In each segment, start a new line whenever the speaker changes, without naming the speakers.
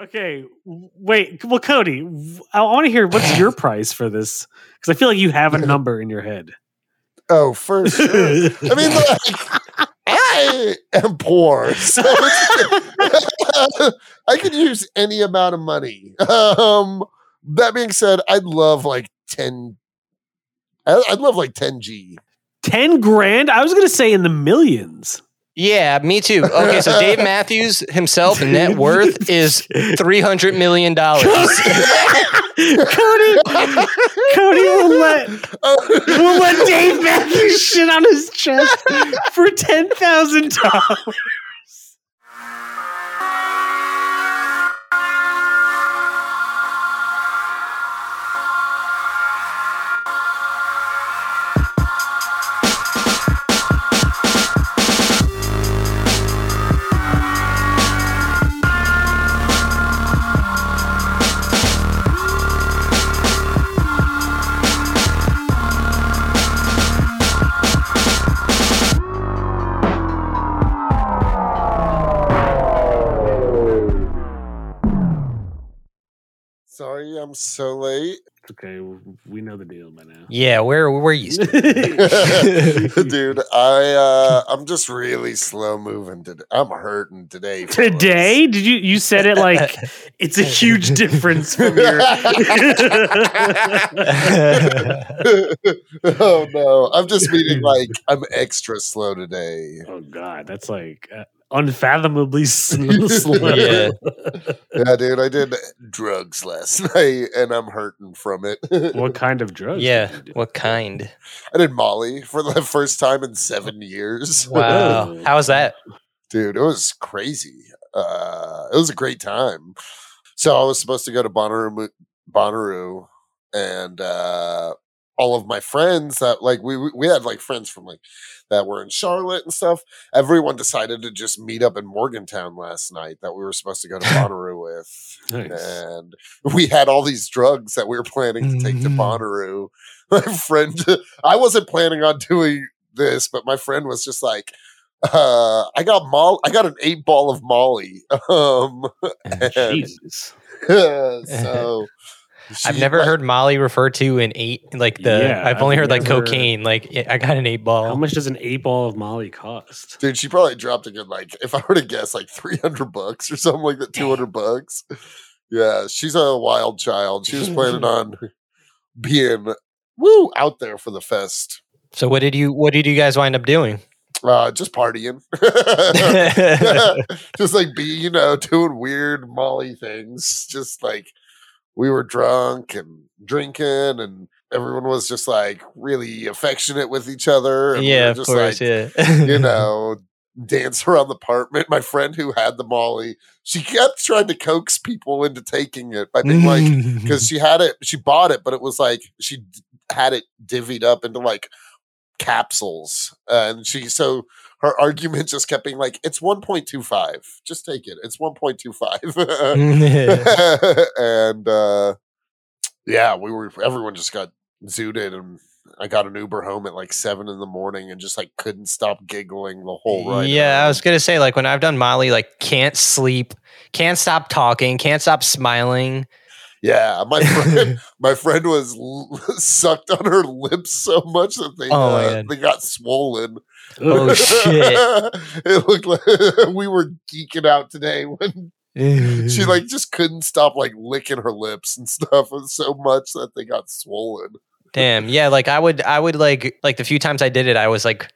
Okay, w- wait. Well, Cody, w- I want to hear what's your price for this because I feel like you have a number in your head.
Oh, for sure. I mean, like, I am poor, so it's- I could use any amount of money. Um, that being said, I'd love like ten. I- I'd love like ten G.
ten grand. I was gonna say in the millions.
Yeah, me too. Okay, so Dave Matthews himself, net worth is three hundred million dollars.
Cody, Cody will let will let Dave Matthews shit on his chest for ten thousand dollars.
Sorry, I'm so late,
Okay, we know the deal by now.
Yeah, where where you?
dude. I uh, I'm just really slow moving today. I'm hurting today. fellas.
Today, did you you said it like it's a huge difference from your.
oh no, I'm just meaning like I'm extra slow today.
oh God, that's like uh, unfathomably sl- slow.
Yeah.
Yeah, dude, I did drugs last night and I'm hurting from it.
What kind of drugs?
yeah,
did you do?
what kind?
I did Molly for the first time in seven years.
Wow, how's that?
Dude, it was crazy. Uh, it was a great time. So I was supposed to go to Bonnaroo, Bonnaroo and uh, all of my friends that like we we- we had like friends from like that were in Charlotte and stuff. Everyone decided to just meet up in Morgantown last night that we were supposed to go to Bonnaroo with.
Nice.
and we had all these drugs that we were planning to take to
Mhm.
Bonnaroo. My friend, I wasn't planning on doing this, but my friend was just like, uh, "I got mol, I got an eight ball of Molly." Um,
Jesus.
so
I've
she-
never
my-
heard Molly referred to an eight like the.
Yeah,
I've only
I've
heard like
never-
cocaine. Like yeah, I got an eight ball.
How much does an eight ball of Molly cost?
Dude, she probably dropped a good like if I were to guess like three hundred bucks or something like that, two hundred bucks. Yeah, she's a wild child. She was planning on being woo out there for the fest.
So what did you what did you guys wind up doing?
Uh just partying. just like be, you know, doing weird Molly things. Just like we were drunk and drinking and everyone was just like really affectionate with each other. And we were
yeah, of
just
course.
like,
yeah,
you know, dance around the apartment. My friend who had the Molly, she kept trying to coax people into taking it by being like,
Mm-hmm.
because she had it, she bought it, but it was like she d- had it divvied up into like capsules. And she, so her argument just kept being like, it's 1.25. Just take it. It's 1.25. and uh, yeah, we were, everyone just got zooted and I got an Uber home at like seven in the morning and just like couldn't stop giggling the whole ride.
yeah, I
home.
was gonna say like when I've done Molly, like can't sleep, can't stop talking, can't stop smiling.
yeah. My friend, my friend was l- sucked on her lips so much that they
Oh my
uh,
God.
they got swollen.
Oh, shit.
it looked like we were geeking out today when she like just couldn't stop like licking her lips and stuff so much that they got swollen.
damn yeah, like I would I would like like the few times I did it, I was like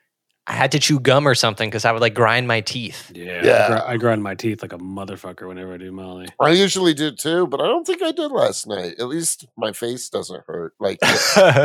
I had to chew gum or something because I would like grind my teeth.
Yeah,
Yeah.
I, gr- I grind my teeth like a motherfucker whenever I do Molly.
I usually do too, but I don't think I did last night. At least my face doesn't hurt. Like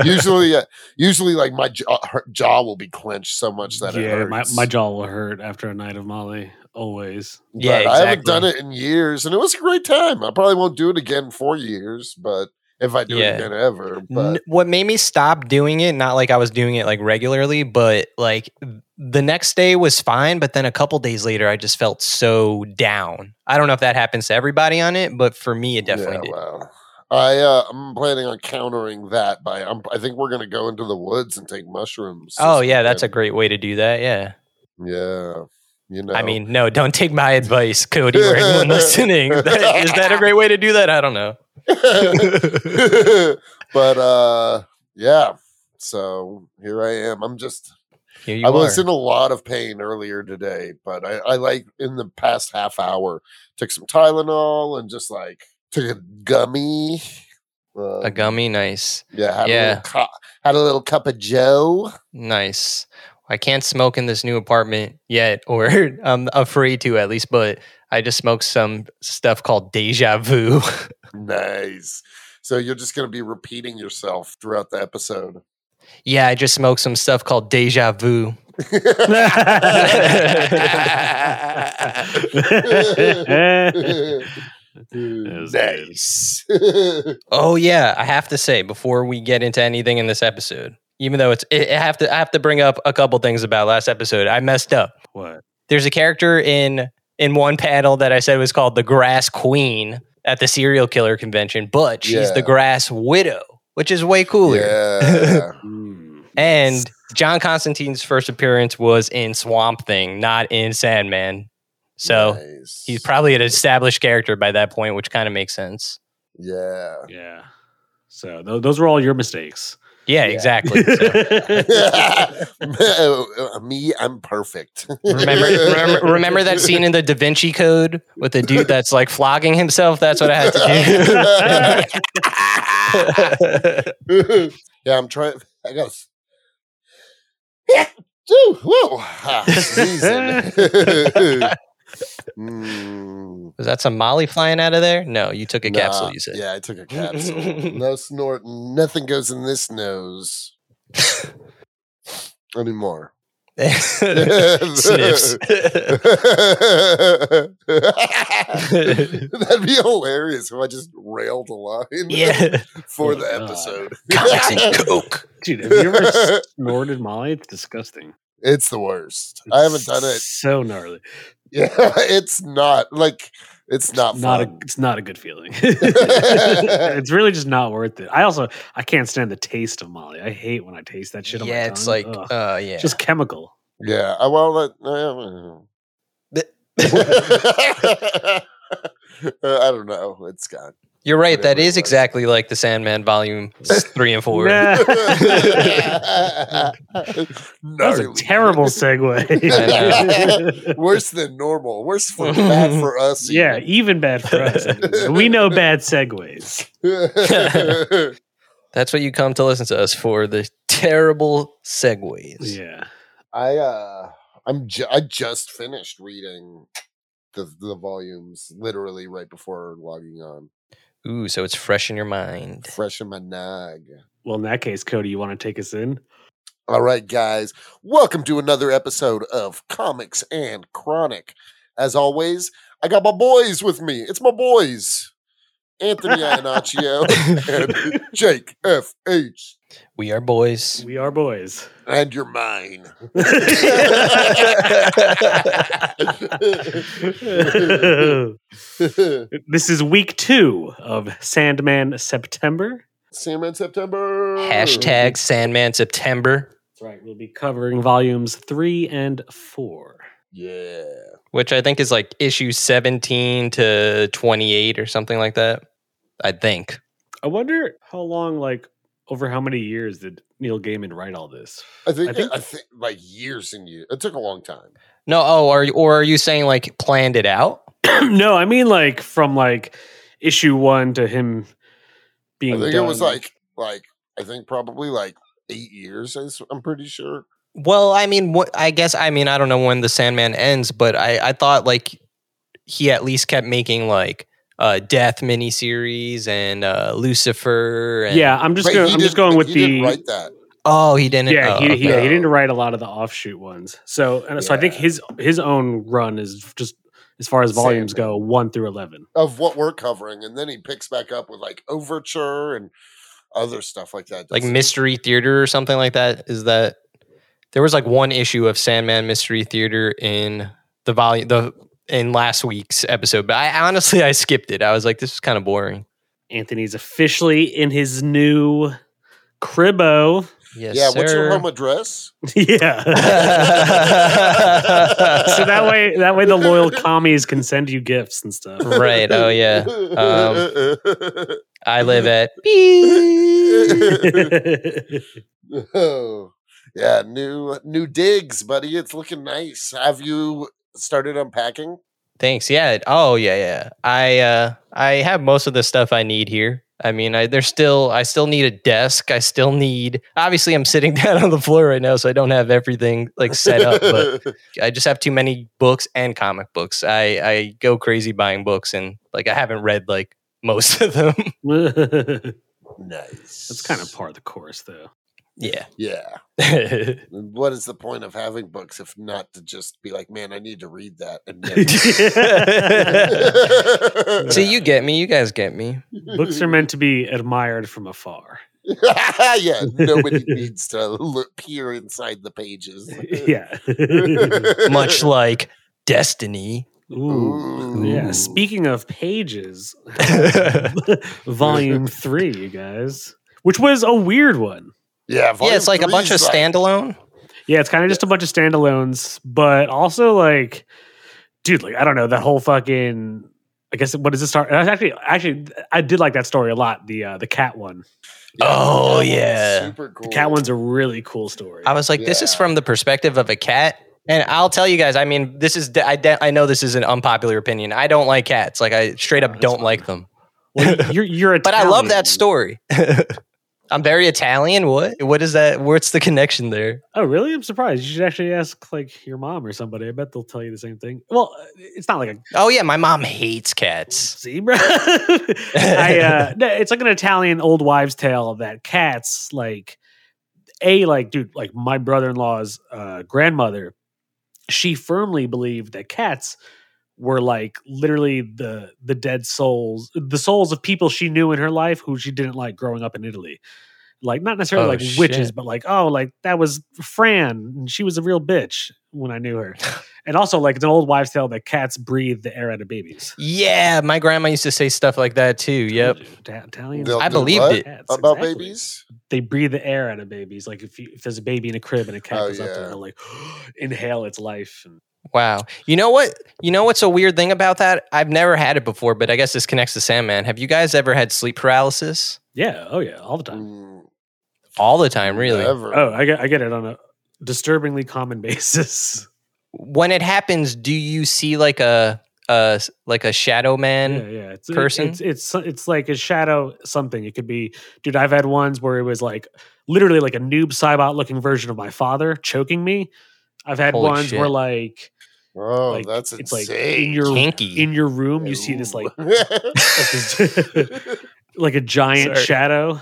usually, uh, usually like my jaw, her jaw will be clenched so much that it
yeah,
hurts.
my, my jaw will hurt after a night of Molly. Always.
yeah,
But
exactly.
I haven't done it in years, and it was a great time. I probably won't do it again for years, but if I do
Yeah.
it again ever,
N-
but
what made me stop doing it not like i was doing it like regularly but like the next day was fine but then a couple days later i just felt so down i don't know if that happens to everybody on it but for me it definitely did
Wow. I uh, I'm planning on countering that by I'm, I think we're gonna go into the woods and take mushrooms.
oh yeah that's a great way to do that yeah
yeah. You know,
I mean, no, don't take my advice, Cody, or anyone listening. That, is that a great way to do that? I don't know.
but uh, yeah. So here I am. I'm just.
Here you
I
are.
was in a lot of pain earlier today, but I, I like in the past half hour took some Tylenol and just like took a gummy. Um,
a gummy. Nice.
Yeah, had, A
Yeah.
little cu- had a little cup of Joe.
Nice. I can't smoke in this new apartment yet, or I'm afraid to at least, but I just smoked some stuff called deja vu.
Nice. So you're just going to be repeating yourself throughout the episode.
yeah, I just smoked some stuff called deja vu.
was
nice.
Oh yeah, I have to say before we get into anything in this episode, even though it's it, I have to I have to bring up a couple things about last episode. I messed up.
What?
There's a character in in one panel that I said was called the Grass Queen at the serial killer convention, but she's
Yeah.
the Grass Widow, which is way cooler.
yeah. Mm.
And John Constantine's first appearance was in Swamp Thing, not in Sandman. So
Nice.
he's probably an established character by that point, which kind of makes sense.
yeah.
Yeah. So th- those were all your mistakes.
Yeah,
Yeah.
exactly. So
Me, I'm perfect.
remember, remember, remember that scene in the Da Vinci Code with the dude that's like flogging himself? That's what I had to do.
yeah, I'm trying. I got. Yeah. Woo. Whoa. Ah, sneezing. Mm,
was that some Molly flying out of there? No, you took a
nah.
capsule, you said.
Yeah, I took a capsule. no snorting. Nothing goes in this nose anymore.
Sniffs.
That'd be hilarious if I just railed a line
yeah.
for the
Oh, God.
episode.
Comics and Coke.
Dude, have you ever snorted Molly? It's disgusting.
It's the worst. I haven't done it.
So gnarly.
Yeah, it's not like it's not
not a,
fun.
it's not a good feeling. it's really just not worth it. I also I can't stand the taste of Molly. I hate when I taste that shit on my
yeah, it's
tongue.
like,
Ugh.
uh, yeah.
just chemical.
yeah, I well, that, uh, I don't know. It's gone.
You're right. That
whatever it
is
was.
exactly like the Sandman volume s- three and four.
Nah.
that
That was a terrible segue.
Worse than normal. Worse for bad for us.
yeah, even bad for us. we know bad segues.
even.
That's what you come to listen to us for the terrible segues.
Yeah.
I uh I'm ju- I just finished reading the the volumes literally right before logging on.
Ooh, so it's fresh in your mind.
Fresh in my nog.
Well, in that case, Cody, you want to take us in?
All right, guys. Welcome to another episode of Comics and Chronic. As always, I got my boys with me. It's my boys. Anthony Iannaccio and Jake F.H.
We are boys.
We are boys.
And you're mine.
this is week two of Sandman September.
Sandman September.
Hashtag Sandman September,
That's right. We'll be covering volumes three and four.
Yeah.
which I think is like issue 17 to 28 or something like that. I think.
I wonder how long, like, over how many years did Neil Gaiman write all this?
I think,
I
I
think-
think like years and years. It took a long time.
No, oh, are you, or are you saying like planned it out?
no, I mean, like, from like issue one to him
I
being.
think it was
done.
like like I think probably like eight years. is- I'm pretty sure.
Well, I mean, what I guess I mean I don't know when the Sandman ends, but I I thought like he at least kept making like uh Death miniseries and uh Lucifer. And,
Yeah, I'm just
Right,
going.
he
I'm just
didn't-
going with
he
the.
didn't write that.
Oh, he didn't.
yeah,
oh,
he, he,
okay.
yeah, he didn't write a lot of the offshoot ones. So, and so I think
Yeah.
his his own run is just as far as volumes
Sandman.
go, one through eleven.
of what we're covering, and then he picks back up with like Overture and other stuff like that.
like
doesn't he?
Mystery Theater or something like that. Is that there was like one issue of Sandman Mystery Theater in the volume the in last week's episode, but I honestly I skipped it. I was like, this is kind of boring.
Anthony's officially in his new cribbo.
Yes,
yeah, what's your
sir.
home address?
yeah. So that way, that way, the loyal commies can send you gifts and stuff.
Right. Oh yeah. I live at. Beep. um,
Oh, yeah, new new digs, buddy. It's looking nice. Have you started unpacking?
Thanks. Yeah. Oh yeah. Yeah. I uh I have most of the stuff I need here. I mean, I there's still I still need a desk. I still need. Obviously, I'm sitting down on the floor right now, so I don't have everything like set up. But I just have too many books and comic books. I I go crazy buying books, and like I haven't read like most of them.
That's
nice.
kind of part of the course, though.
yeah.
yeah. What is the point of having books if not to just be like, man, I need to read that? And
See,
never-
you get me. You guys get me.
Books are meant to be admired from afar.
yeah, nobody needs to look, peer inside the pages.
yeah.
Much like destiny.
Ooh. Yeah.
Ooh.
Speaking of pages, volume three, you guys, which was a weird one.
yeah,
yeah, it's
volume
like a
three
bunch of
is like-
standalone.
Yeah, it's kind of just a bunch of standalones, but also like, dude, like I don't know that whole fucking. I guess what does it start? uh, Actually, actually, I did like that story a lot. The uh, the cat one.
Oh,
that one's
yeah.
super cool.
The cat one's a really cool story.
I was like, this is
Yeah.
from the perspective of a cat. And I'll tell you guys, I mean, this is, I, de- I know this is an unpopular opinion. I don't like cats. Like, I straight
Oh,
up
that's
don't
fine.
like them.
Well, you're you're
But I love
Italian.
that story. I'm very Italian. What? What is that? What's the connection there?
Oh, really? I'm surprised. You should actually ask like your mom or somebody. I bet they'll tell you the same thing. Well, uh, it's not like a
Oh, yeah. My mom hates cats.
zebra. I, uh, no, it's like an Italian old wives' tale that cats like a like dude like my brother-in-law's uh, grandmother. She firmly believed that cats were like literally the the dead souls, the souls of people she knew in her life who she didn't like growing up in Italy. Like not necessarily
Oh,
like witches,
shit.
but like oh, like that was Fran, and she was a real bitch when I knew her. and also, like it's an old wives' tale that cats breathe the air out of babies.
Yeah. My grandma used to say stuff like that too. Yep.
Ta- Italians.
They'll
I
do
believed
what
it.
Cats,
About
exactly.
babies?
They breathe the air out of babies. Like if, you, if there's a baby in a crib and a cat
Oh,
goes up
yeah.
there, they'll like inhale its life. And
Wow. You know what? You know what's a weird thing about that? I've never had it before, but I guess this connects to Sandman. Have you guys ever had sleep paralysis?
yeah, oh yeah, all the time.
Mm,
All the time, really.
Never.
Oh, I get I get it on a disturbingly common basis.
When it happens, do you see like a, a like a shadow man?
yeah, yeah. It's, it-
person?
it's it's it's like a shadow something. It could be, dude. I've had ones where it was like literally like a noob cybot looking version of my father choking me. I've had
Holy
ones where
shit.
like
Oh,
like,
that's
it's
insane.
like in your
Kinky.
in your room, you see this like like a giant
Sorry.
shadow.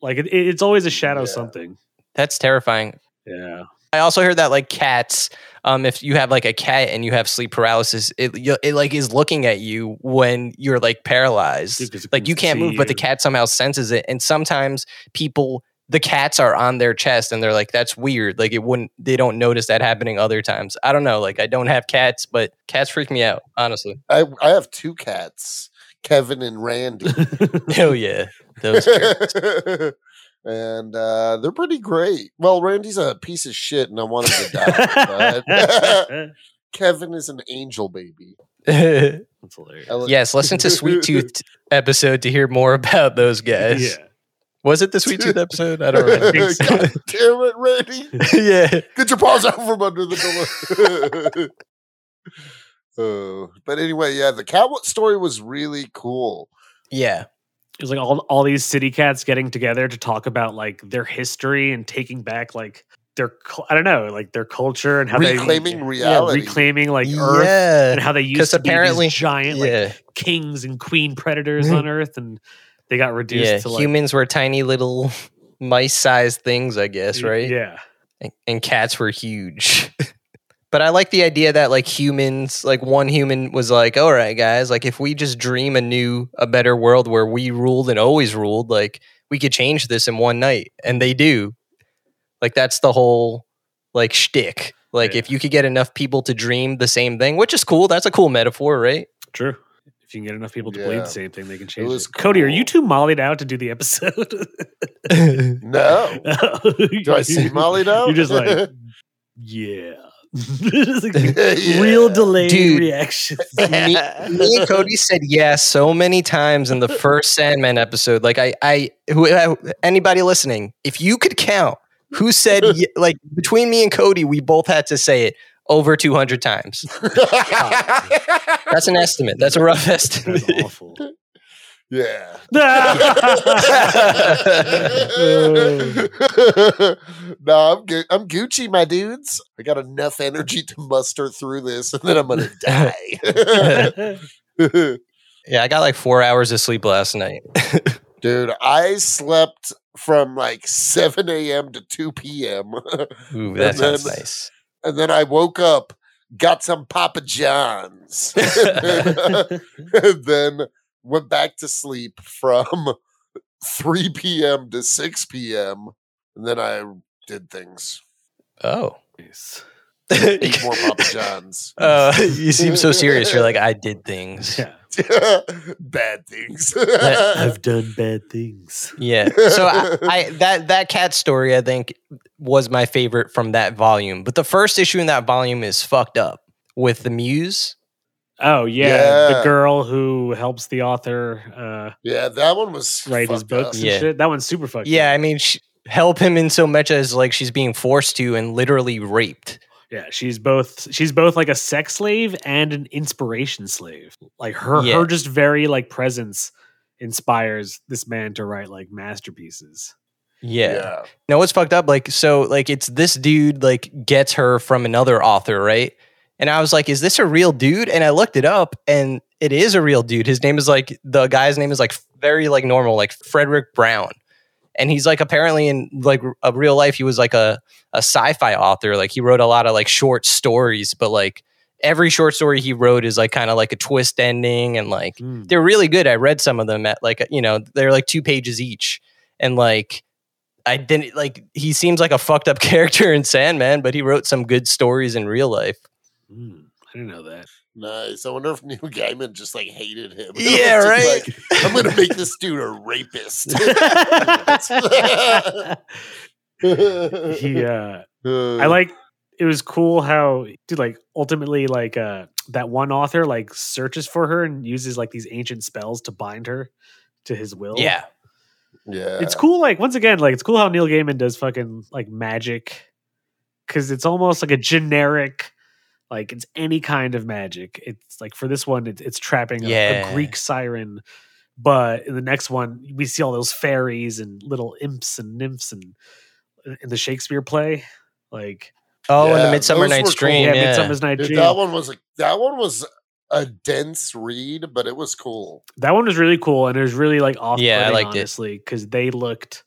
Like it, it- it's always a shadow
Yeah.
something.
That's terrifying.
Yeah.
I also heard that like cats, um, if you have like a cat and you have sleep paralysis, it you- it like is looking at you when you're like paralyzed. Like you can't move, but the cat somehow senses it. And sometimes people, the cats are on their chest, and they're like, "That's weird." Like it wouldn't, they don't notice that happening other times. I don't know. Like I don't have cats, but cats freak me out. Honestly,
I, I have two cats, Kevin and Randy.
oh yeah, those.
and uh, they're pretty great. Well, Randy's a piece of shit, and I want him to die. But Kevin is an angel baby.
That's hilarious.
I li-
yes, listen to Sweet Tooth episode to hear more about those guys.
Yeah.
Was it the Sweet Tooth episode? I don't
God
remember.
think so.
damn it, Randy!
yeah.
Get your paws out from under the door. oh, but anyway, yeah, the cat story was really cool.
Yeah.
It was like all, all these city cats getting together to talk about like their history and taking back like their cul- I don't know like their culture and how
Reclaiming
they
reality.
yeah, reclaiming like Earth and
yeah.
how they used
'cause
to apparently, be
apparently-
these giant like
yeah. Mm-hmm.
kings and queen predators on Earth and they got reduced
Yeah.
to like
Humans were tiny little mice sized things, I guess, right?
Yeah,
And, and cats were huge. but I like the idea that, like, humans, like, one human was like, all right, guys, like, if we just dream a new, a better world where we ruled and always ruled, like, we could change this in one night. And they do. Like, that's the whole, like, shtick. Like,
Yeah.
if you could get enough people to dream the same thing, which is cool, that's a cool metaphor, right?
true. If If you can get enough people to believe
Yeah.
the same thing, they can change it.
was
Cody, are you too
cool.
mollied out to do the episode?
No. Do I see Molly now?
You're just like, yeah.
Yeah.
Real delayed
Dude.
reaction.
me, me and Cody said yes so many times in the first Sandman episode. Like I, I, who, anybody listening, if you could count who said ye- like between me and Cody, we both had to say it over 200 times. That's an estimate. That's a rough estimate.
That's awful.
yeah. no, I'm gu- I'm Gucci, my dudes. I got enough energy to muster through this, and then I'm gonna die,
yeah, I got like four hours of sleep last night.
dude. I slept from like 7 a.m. to 2 p.m.
Ooh, that
And then-
sounds nice.
and then I woke up, got some Papa John's, and then went back to sleep from 3 p.m. to 6 p.m. And then I did things.
Oh.
Nice.
Eat more Papa John's.
Uh, you seem so serious. You're like, I did things.
Yeah.
Bad things.
I've done bad things.
Yeah. So I, I that that cat story I think was my favorite from that volume. But the first issue in that volume is fucked up with the muse.
Oh yeah, the
Yeah.
girl who helps the author
yeah, that one was
uh, write his
fucked
books
up.
and
Yeah.
shit. That one's super fucked.
Yeah,
up.
I mean sh help him in so much as like she's being forced to and literally raped.
yeah. She's both she's both like a sex slave and an inspiration slave. Like her
Yeah.
her just very like presence inspires this man to write like masterpieces.
Yeah. No, it's fucked up. Like so like it's this dude like gets her from another author, right? And I was like, is this a real dude? And I looked it up and it is a real dude. His name is like the guy's name is like very like normal, like Frederick Brown. and he's like apparently in like a real life he was like a, a sci-fi author like he wrote a lot of like short stories but like every short story he wrote is like kind of like a twist ending and like
Hmm.
they're really good i read some of them at like you know they're like two pages each and like i didn't like he seems like a fucked up character in sandman but he wrote some good stories in real life
Hmm.
mm.
I didn't know that.
Nice. I wonder if Neil Gaiman just like hated him.
Yeah,
Just
right?
like, I'm gonna make this dude a rapist.
he uh
Uh,
I like it was cool how dude like ultimately like uh that one author like searches for her and uses like these ancient spells to bind her to his will.
yeah
Yeah,
It's cool like once again like it's cool how Neil Gaiman does fucking like magic cuz it's almost like a generic like it's any kind of magic. It's like for this one it, it's trapping a- a,
Yeah.
Greek siren but in the next one we see all those fairies and little imps and nymphs and uh, in the Shakespeare play like
oh and
Yeah,
the midsummer
those were
night's
cool.
dream
yeah,
yeah.
Midsummer's Night
Dude,
Dream.
that one was a that one was a dense read, but it was cool.
That one was really cool, and it was really like off.
Yeah, I liked it.
honestly, because they looked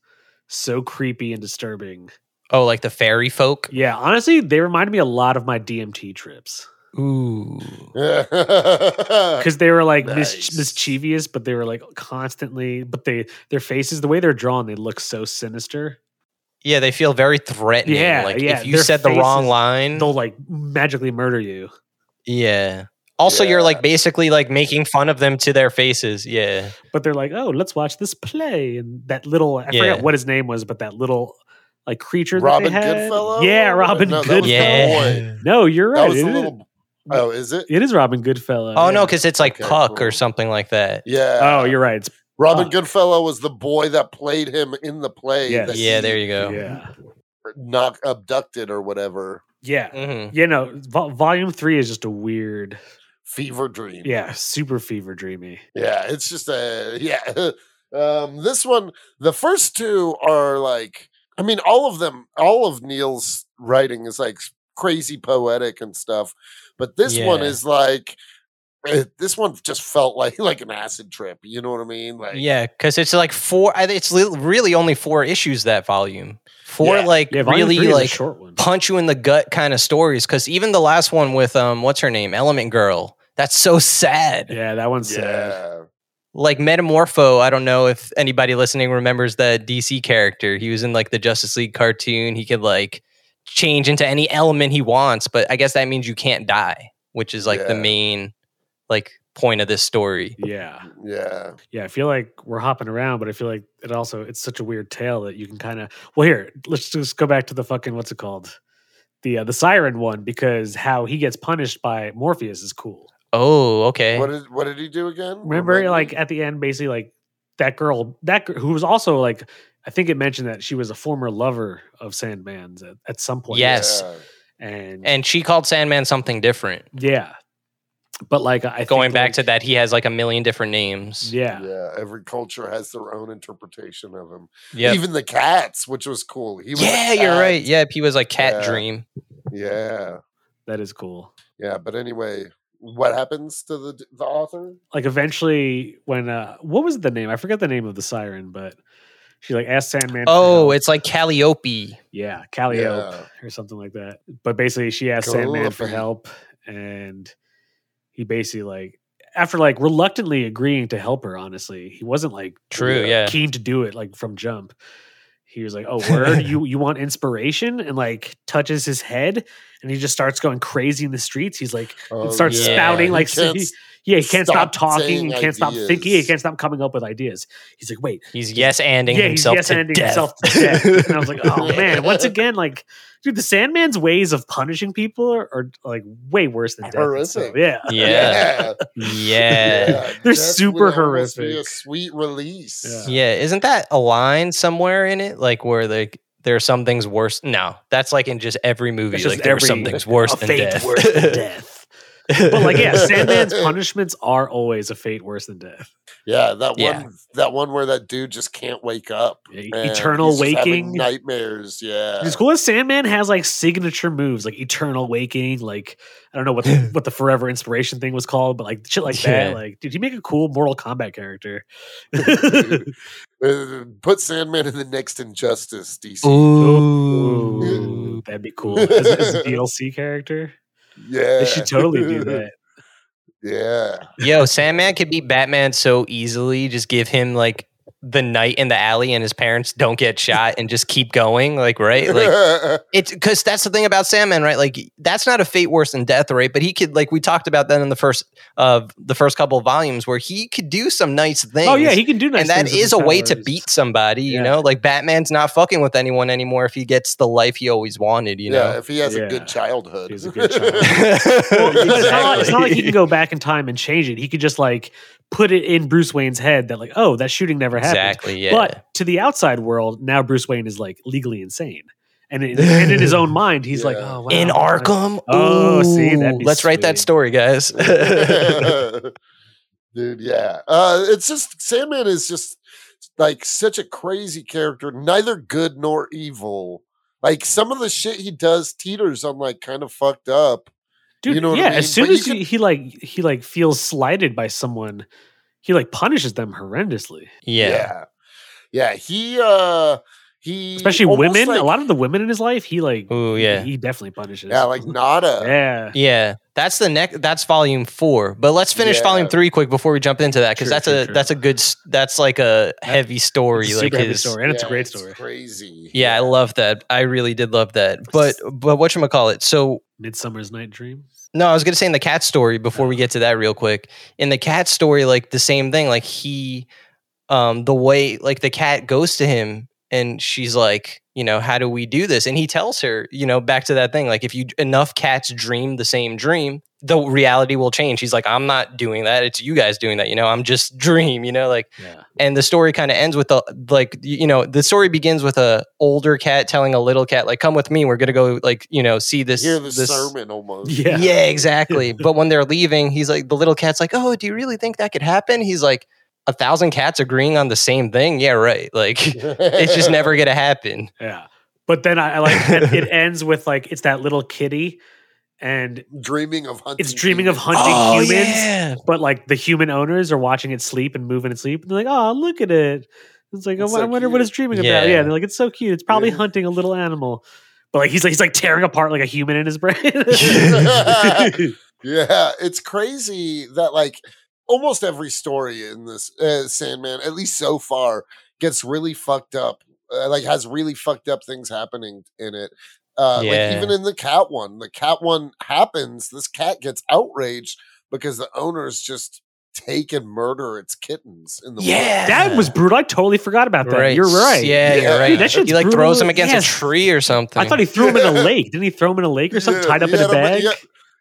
so creepy and disturbing.
oh like the fairy folk
Yeah, honestly, they reminded me a lot of my DMT trips
ooh
yeah,
because they were like mis-
Uh, Nice.
mischievous, but they were like constantly. But they their faces, the way they're drawn, they look so sinister.
Yeah, they feel very threatening.
Yeah,
like
yeah,
if you
their
said the wrong
faces-
Mm.
line.
They'll like magically murder you.
Yeah. Also, you're
Yeah.
like basically like making fun of them to their faces. Yeah.
But they're like, oh, let's watch this play, and that little I
Yeah.
forget what his name was, but that little like creature.
Robin
that they had.
Goodfellow.
Yeah,
Or-
Robin
no, that was the
Goodfellow.
boy.
Yeah.
No, you're
That
right.
was
it
a
is-
little. Oh, is it?
It is Robin Goodfellow.
Oh no,
yeah.
because it's like
Okay,
Puck
cool.
or something like that.
Yeah.
Oh, you're right. It's,
Robin
uh,
Goodfellow was the boy that played him in the play.
Yes.
that
Yeah,
he
there you go.
yeah,
Mm. Not abducted or whatever.
yeah,
Mm-hmm.
Mhm.
you know, vo- volume three is just a weird,
Fever dream.
yeah, super fever dreamy.
Yeah, it's just a yeah. Um, this one, the first two are like, I mean, all of them, all of Neil's writing is like s- crazy poetic and stuff, but this one
Yeah.
is like, eh, this one just felt like like an acid trip. You know what I mean? Like,
Yeah, because it's like four. I- It's li- really only four issues that volume. Four
Yeah.
like
Yeah, volume
really
three is a
like
short one.
punch you in the gut kind of stories. Because even the last one with um, what's her name, Element Girl. That's so sad.
Yeah, that one's sad.
yeah,
like Metamorpho. I don't know if anybody listening remembers that DC character. He was in like the Justice League cartoon. He could like change into any element he wants, but I guess that means you can't die, which is like the
Yeah.
main like point of this story.
Yeah.
Yeah.
Yeah. I feel like we're hopping around, but I feel like it also, it's such a weird tale that you can kind of, well, here, let's just go back to the fucking, what's it called? The, uh, the siren one, because how he gets punished by Morpheus is cool.
Oh, okay.
What did what did he do
Oh,
again?
Eh. Remember,
Remind me.
like at the end, basically, like that girl, that girl, who was also like, I think it mentioned that she was a former lover of Sandman's at, at some point.
Yes.
Yeah.
And,
and she called Sandman something different.
yeah. But like, I think,
Going back
like,
to that, he has like a million different names.
Yeah.
yeah. Every culture has their own interpretation of him.
Yep.
Even the cats, which was cool. He was a
yeah, you're
cat.
right. Yep, he was like Cat
Yeah.
Dream.
Yeah.
That is cool.
Yeah. But anyway, what happens to the the author?
like eventually when uh what was the name i forget the name of the siren but she like asked sandman for
Oh,
help.
it's like Calliope.
Oh, yeah calliope or something like that but basically she asked sandman for
Calliope.
help and he basically like after like reluctantly agreeing to help her honestly he wasn't like uh,
True, yeah.
keen to do it like from jump he was like oh word you you want inspiration and like touches his head and he just starts going crazy in the streets he's like
Oh,
starts
spouting,
like,
He can't
so- yeah he can't stop,
Stop
talking
saying
and can't stop thinking he
ideas.
can't stop coming up with ideas he's like wait
He's yes anding
yeah, he's
himself,
yes
to
ending
death.
himself to death. And I was like, oh man, once again, like, dude, the Sandman's ways of punishing people are, are like way worse than death. itself.
Horrific.
Yeah.
yeah. yeah.
They're
Death
super
would almost Be a
horrific.
sweet release.
Yeah.
Yeah, isn't that a line somewhere in it? Like where like there are some things worse. No, that's like in just every movie.
That's just
like there are some
every-
things worse
a
than
fate
death.
worse than death. But like, yeah, Sandman's punishments are always a fate worse than death.
Yeah, that
Yeah.
one that one where that dude just can't wake up.
E-
and
Eternal
he's just having
waking.
nightmares. Yeah,
It's cool that Sandman has like signature moves, like eternal waking, like I don't know what the, what the forever inspiration thing was called, but like shit like
Yeah.
that. Like, dude, you make a cool Mortal Kombat character.
Uh, put Sandman in the next Injustice DC.
Ooh, that'd be cool. As, as a DLC character,
Yeah,
they should totally do that.
yeah,
Yo, Sandman could beat Batman so easily. Just give him like the night in the alley and his parents don't get shot and just keep going. Like, right? Like it's because that's the thing about Sandman, right? Like that's not a fate worse than death, right? But he could, like we talked about that in the first of the first couple of volumes, where he could do some nice things.
Oh yeah, he can do nice.
and that
things with
is
his
a way to
powers.
beat somebody,
Yeah.
you know. Like Batman's not fucking with anyone anymore if he gets the life he always wanted, you
yeah.
know.
If he has a
Yeah.
good childhood,
He's a good child.
Well,
Well, but it's, not like, it's not like he
Exactly.
can go back in time and change it. He could just like put it in Bruce Wayne's head that like, oh, that shooting never happened.
Exactly. Yeah.
But to the outside world, now Bruce Wayne is like legally insane, and in, and in his own mind, he's like,
Yeah.
oh, wow,
in
that's my-
Arkham.
Oh, see, that'd
ooh,
be
let's write that
sweet.
story, guys.
Dude, yeah. Uh, it's just Sandman is just like such a crazy character, neither good nor evil. Like some of the shit he does teeters on like kind of fucked up.
Dude,
You know what I
yeah.
mean?
As soon
But you
as he, he like he like feels slighted by someone, he like punishes them horrendously.
yeah.
Yeah. Yeah, he uh he
Especially
almost,
women.
like-
a lot of the women in his life, he like
Ooh, yeah.
he definitely punishes.
Yeah, like Nada.
yeah.
Yeah, that's the next. That's volume four. But let's finish
Yeah.
volume three quick before we jump into that because
True,
that's
true,
a
true.
that's a good s- that's like a heavy story.
It's a
like
super happy
his-
story, and it's a
Yeah,
great story.
Crazy.
Yeah, I love that. I really did love that. But but what you call it? So
Midsummer's Night Dream.
no, I was gonna say in the cat story before we get to that real quick. In the cat story, like the same thing. Like he, um, the way like the cat goes to him and she's like, you know, how do we do this? And he tells her, you know, back to that thing. Like if you enough cats dream the same dream, the reality will change. He's like, I'm not doing that. It's you guys doing that. You know, I'm just dream. You know, like
Yeah,
and the story kind of ends with the like y- you know the story begins with a older cat telling a little cat like come with me we're gonna go like you know see this
Hear the
this
sermon almost.
yeah,
yeah exactly but when they're leaving he's like the little cat's like oh do you really think that could happen he's like a thousand cats agreeing on the same thing yeah right like it's just never gonna happen
yeah. But then I, I like it, it ends with like it's that little kitty, and
dreaming of hunting.
it's dreaming of
humans.
hunting humans. But like the human owners are watching it sleep and move in its sleep, and they're like, "Oh, look at it!" It's like,
It's
I,
so
wonder what
cute.
it's dreaming
Yeah.
about. Yeah, they're like, "It's so cute. It's probably
Yeah.
hunting a little animal." But like he's like he's like tearing apart like a human in his brain.
Yeah, it's crazy that like almost every story in this uh, Sandman, at least so far, gets really fucked up. Uh, like has really fucked up things happening in it. Uh,
Yeah.
Like even in the cat one, the cat one happens. This cat gets outraged because the owners just take and murder its kittens in the woods.
yeah,
That was brutal. I totally forgot about that. You're right.
Yeah,
Yeah.
you're right.
Dude, that shit's
he like throws
brutal.
him against
Yes.
a tree or something.
I thought he threw him in a lake. Didn't he throw him in a lake or something?
Yeah,
tied up
he
in a
had 'em
bag.
yeah,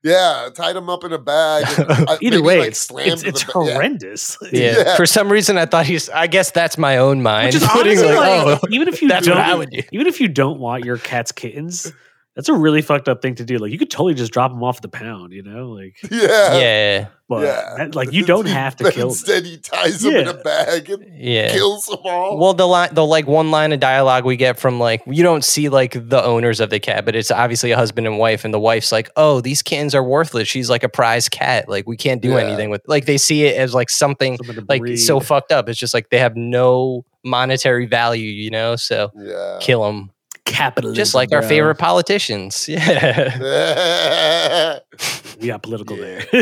yeah, tied him up in a bag. and I-
Either
maybe,
way,
like,
it's
slammed
it's,
to
it's
the ba- yeah.
horrendous.
yeah.
Yeah.
For some reason, I thought he's. I guess that's my own mind.
Which is
Putting,
honestly
like,
like,
oh,
even if you
that's
don't,
what I would do.
even if you don't want your cat's kittens, that's a really fucked up thing to do. Like you could totally just drop them off at the pound, you know, like
Yeah.
yeah,
but
Yeah.
that- like you don't have to
But
kill. Them.
Instead, he ties them in
Yeah.
a bag and
yeah.
kills them all.
Well, the line, the like one line of dialogue we get from like you don't see like the owners of the cat, but it's obviously a husband and wife, and the wife's like, "Oh, these kittens are worthless. She's like a prize cat. Like we can't do
Yeah.
anything with." Like they see it as like something
Something to
like
breed.
so fucked up. It's just like they have no monetary value, you know. So
yeah.
kill them,
capitalism,
just like our
bro.
favorite politicians. Yeah.
We got political
Yeah.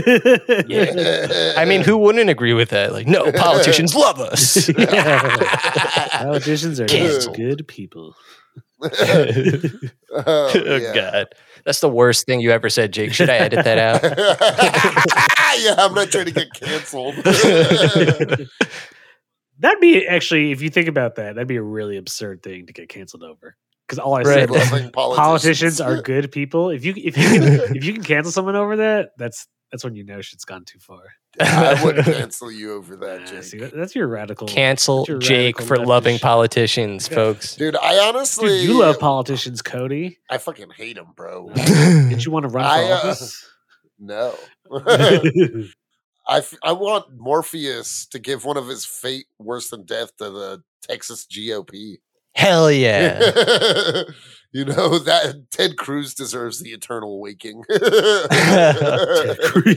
there.
I mean, who wouldn't agree with that? Like, no, politicians love us.
Yeah. Politicians are just
Cancel.
good people.
oh, yeah.
Oh, God, that's the worst thing you ever said, Jake. Should I edit that out?
yeah, I'm not trying to get canceled.
That'd be actually, if you think about that, that'd be a really absurd thing to get canceled over. Because all I said
Right.
was
Loving
politicians are good people. If you if you can, if you can cancel someone over that, that's that's when you know shit's gone too far.
I wouldn't cancel you over
Ah,
that,
see,
Jake.
that- that's your radical.
Cancel
That's your
Jake
radical
for
leftist
loving
shit.
politicians,
Yeah.
folks.
Dude, I honestly,
Dude, you love politicians, Cody.
I fucking hate him, bro.
Did you want to run for
I, uh,
office?
No, I, f- I want Morpheus to give one of his fate worse than death to the Texas GOP.
Hell yeah.
you know that Ted Cruz deserves the eternal waking.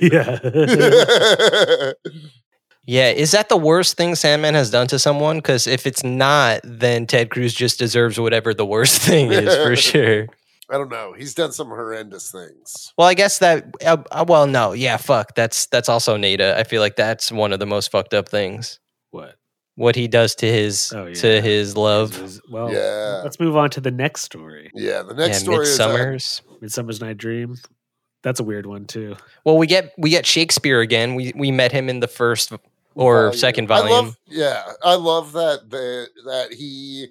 yeah.
yeah. Is that the worst thing Sandman has done to someone? Because if it's not, then Ted Cruz just deserves whatever the worst thing is for sure.
I don't know. He's done some horrendous things.
Well, I guess that. Uh, uh, well, no, yeah, fuck. That's that's also Nada. I feel like that's one of the most fucked up things.
What?
What he does to his
Oh, yeah.
to his love.
Well,
Yeah.
let's move on to the next story.
Yeah, the next
yeah,
story is uh,
Midsummer's.
Midsummer's Night Dream. That's a weird one too.
well, we get we get Shakespeare again. We we met him in the first or
volume.
second volume.
I love, yeah, I love that the, that he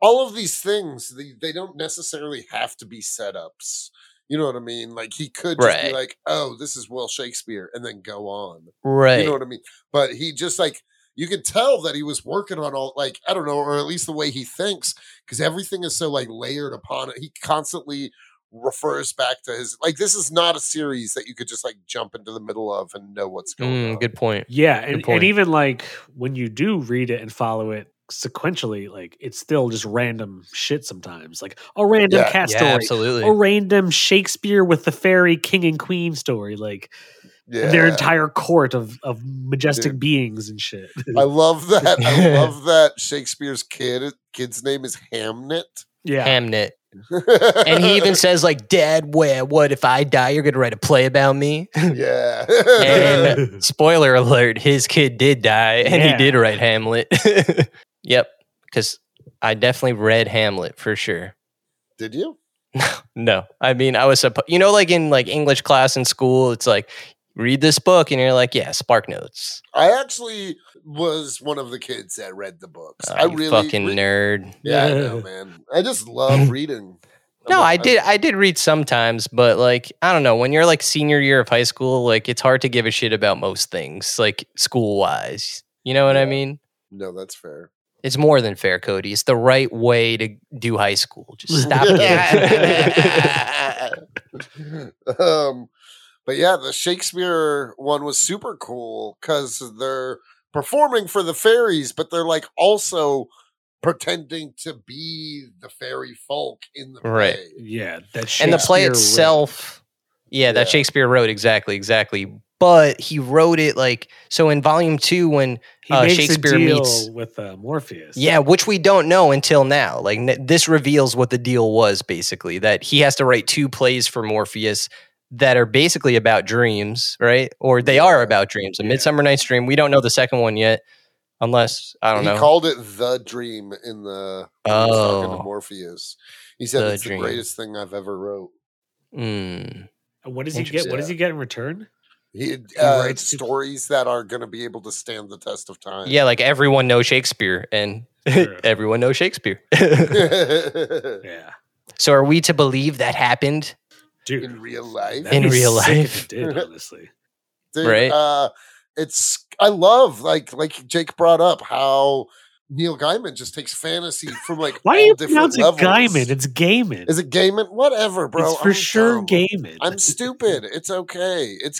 all of these things they, they don't necessarily have to be setups. You know what I mean? Like he could just be
Right.
like, "Oh, this is Will Shakespeare," and then go on.
right.
You know what I mean? But he just like you could tell that he was working on all like I don't know, or at least the way he thinks, because everything is so like layered upon it. He constantly refers back to his like this is not a series that you could just like jump into the middle of and know what's going
Mm,
on.
good point.
Yeah, and,
point.
and even like when you do read it and follow it sequentially, like it's still just random shit sometimes. Like a random
Yeah,
cat
yeah,
story,
absolutely.
a random Shakespeare with the fairy king and queen story, like their
Yeah.
entire court of of majestic
Dude.
beings and shit.
I love that. I love that Shakespeare's kid kid's name is Hamnet.
yeah,
Hamnet. And he even says, like, Dad, where, what, if I die, you're going to write a play about me?
yeah. Mm.
And spoiler alert, his kid did die and he
Yeah.
did write Hamlet. yep. Because I definitely read Hamlet for sure.
Did you?
No, I mean, I was supposed, you know, like in like English class in school, it's like, read this book and you're like, yeah, Spark Notes.
I actually was one of the kids that read the books.
Uh,
I
you
really
fucking
re-
nerd.
Yeah, I know, man. I just love reading. I'm
No,
a-
I did. I did read sometimes, but like I don't know. When you're like senior year of high school, like it's hard to give a shit about most things, like school wise. You know what I
Yeah.
mean?
No, that's fair.
It's more than fair, Cody. It's the right way to do high school. Just stop. it.
um, but yeah, the Shakespeare one was super cool because they're performing for the fairies, but they're like also pretending to be the fairy folk in the
Right.
play.
yeah, that
and the play
Shakespeare wrote.
itself yeah that
Yeah.
shakespeare wrote exactly exactly but he wrote it like so in volume two when
He
uh,
makes
Shakespeare
a deal
meets-
with uh, Morpheus.
yeah which we don't know until now like n- this reveals what the deal was basically that he has to write two plays for morpheus that are basically about dreams right or they are
Yeah.
about dreams a
Yeah.
midsummer night's dream we don't know the second one yet unless i don't
he
know
called it the dream in the when he was talking
Oh.
to Morpheus. He said
The
it's
dream.
the greatest thing I've ever wrote.
Mm.
What does he get? What does
Interesting.
he get in return?
He
He
uh,
writes to-
stories that are going to be able to stand the test of time.
Yeah, like everyone knows Shakespeare and
True.
everyone knows Shakespeare.
Yeah.
so are we to believe that happened?
Dude.
In real life.
that'd
In
be
real
sick
life.
if it did, honestly.
Dude,
Right.
Uh, it's I love like like Jake brought up how Neil Gaiman just takes fantasy from like
Why
all
do you
different
pronounce it
levels.
Gaiman? It's Gaiman.
Is it Gaiman? Whatever, bro.
it's for
I'm
sure
dumb.
Gaiman.
I'm stupid. It's okay. It's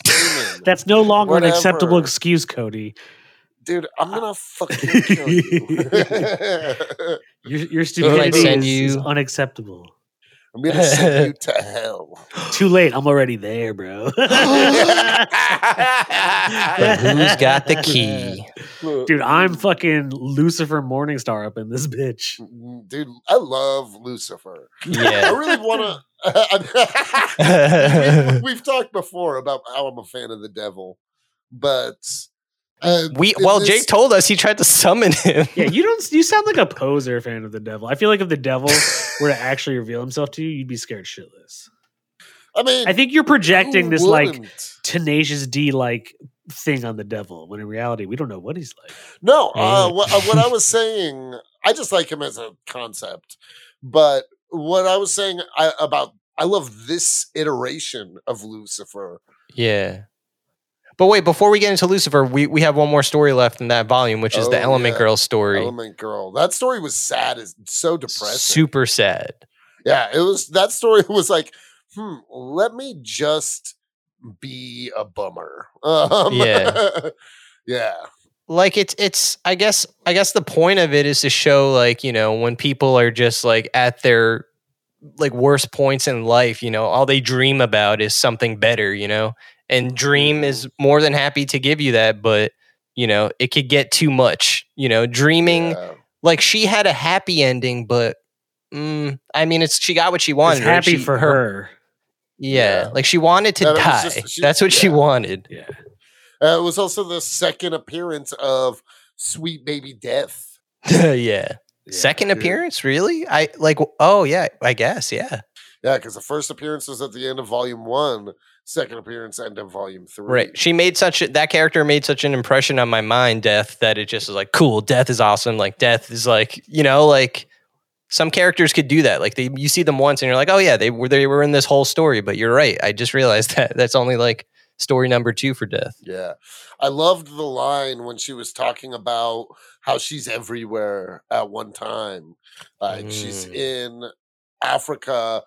Gaiman.
That's no longer an acceptable
Whatever.
excuse, Cody.
Dude, I'm gonna fucking kill you.
Your, your
gonna,
stupidity
like, send
is, is
you-
unacceptable.
I'm gonna send you to hell.
Too late. I'm already there, bro.
But who's got the key?
Dude, I'm fucking Lucifer Morningstar up in this bitch.
Dude, I love Lucifer. I
Yeah.
really wanna. I- we've, we've talked before about how I'm a fan of the devil, but
Mm.
uh,
We
in
well,
this-
Jake told us he tried to summon him.
Yeah, you don't. You sound like a poser fan of the devil. I feel like if the devil were to actually reveal himself to you, you'd be scared shitless.
I mean,
I think you're projecting
who
this like
wouldn't?
tenacious D like thing on the devil, when in reality we don't know what he's like.
No, uh,
Mm.
what, uh, what I was saying, I just like him as a concept. But what I was saying I, about, I love this iteration of Lucifer.
Yeah. But wait, before we get into Lucifer, we, we have one more story left in that volume, which is
Oh,
the Element
yeah.
Girl story.
Element Girl. That story was sad, as so depressing.
Super sad.
yeah, it was. That story was like, hmm, let me just be a bummer. Um,
Yeah.
yeah.
like it's it's i guess i guess the point of it is to show like you know when people are just like at their like worst points in life you know all they dream about is something better you know and dream is
Mm-hmm.
more than happy to give you that but you know it could get too much you know dreaming
yeah.
like she had a happy ending but mm, i mean it's she got what she wanted
It's
right?
happy
She-
for her.
yeah,
Yeah.
like she wanted to
That was
die
just- she-
that's what she
yeah.
wanted
Yeah.
Uh, it was also the second appearance of Sweet Baby Death.
yeah second
dude.
appearance really i like w- oh yeah i guess yeah
Yeah, because the first appearance was at the end of volume one, second appearance end of volume three.
right she made such a, that character made such an impression on my mind death that it just is like cool death is awesome like death is like you know like some characters could do that like they you see them once and you're like oh yeah they were they were in this whole story but you're right i just realized that that's only like story number two for death
Yeah. I loved the line when she was talking about how she's everywhere at one time. Like she's
Mm.
in Africa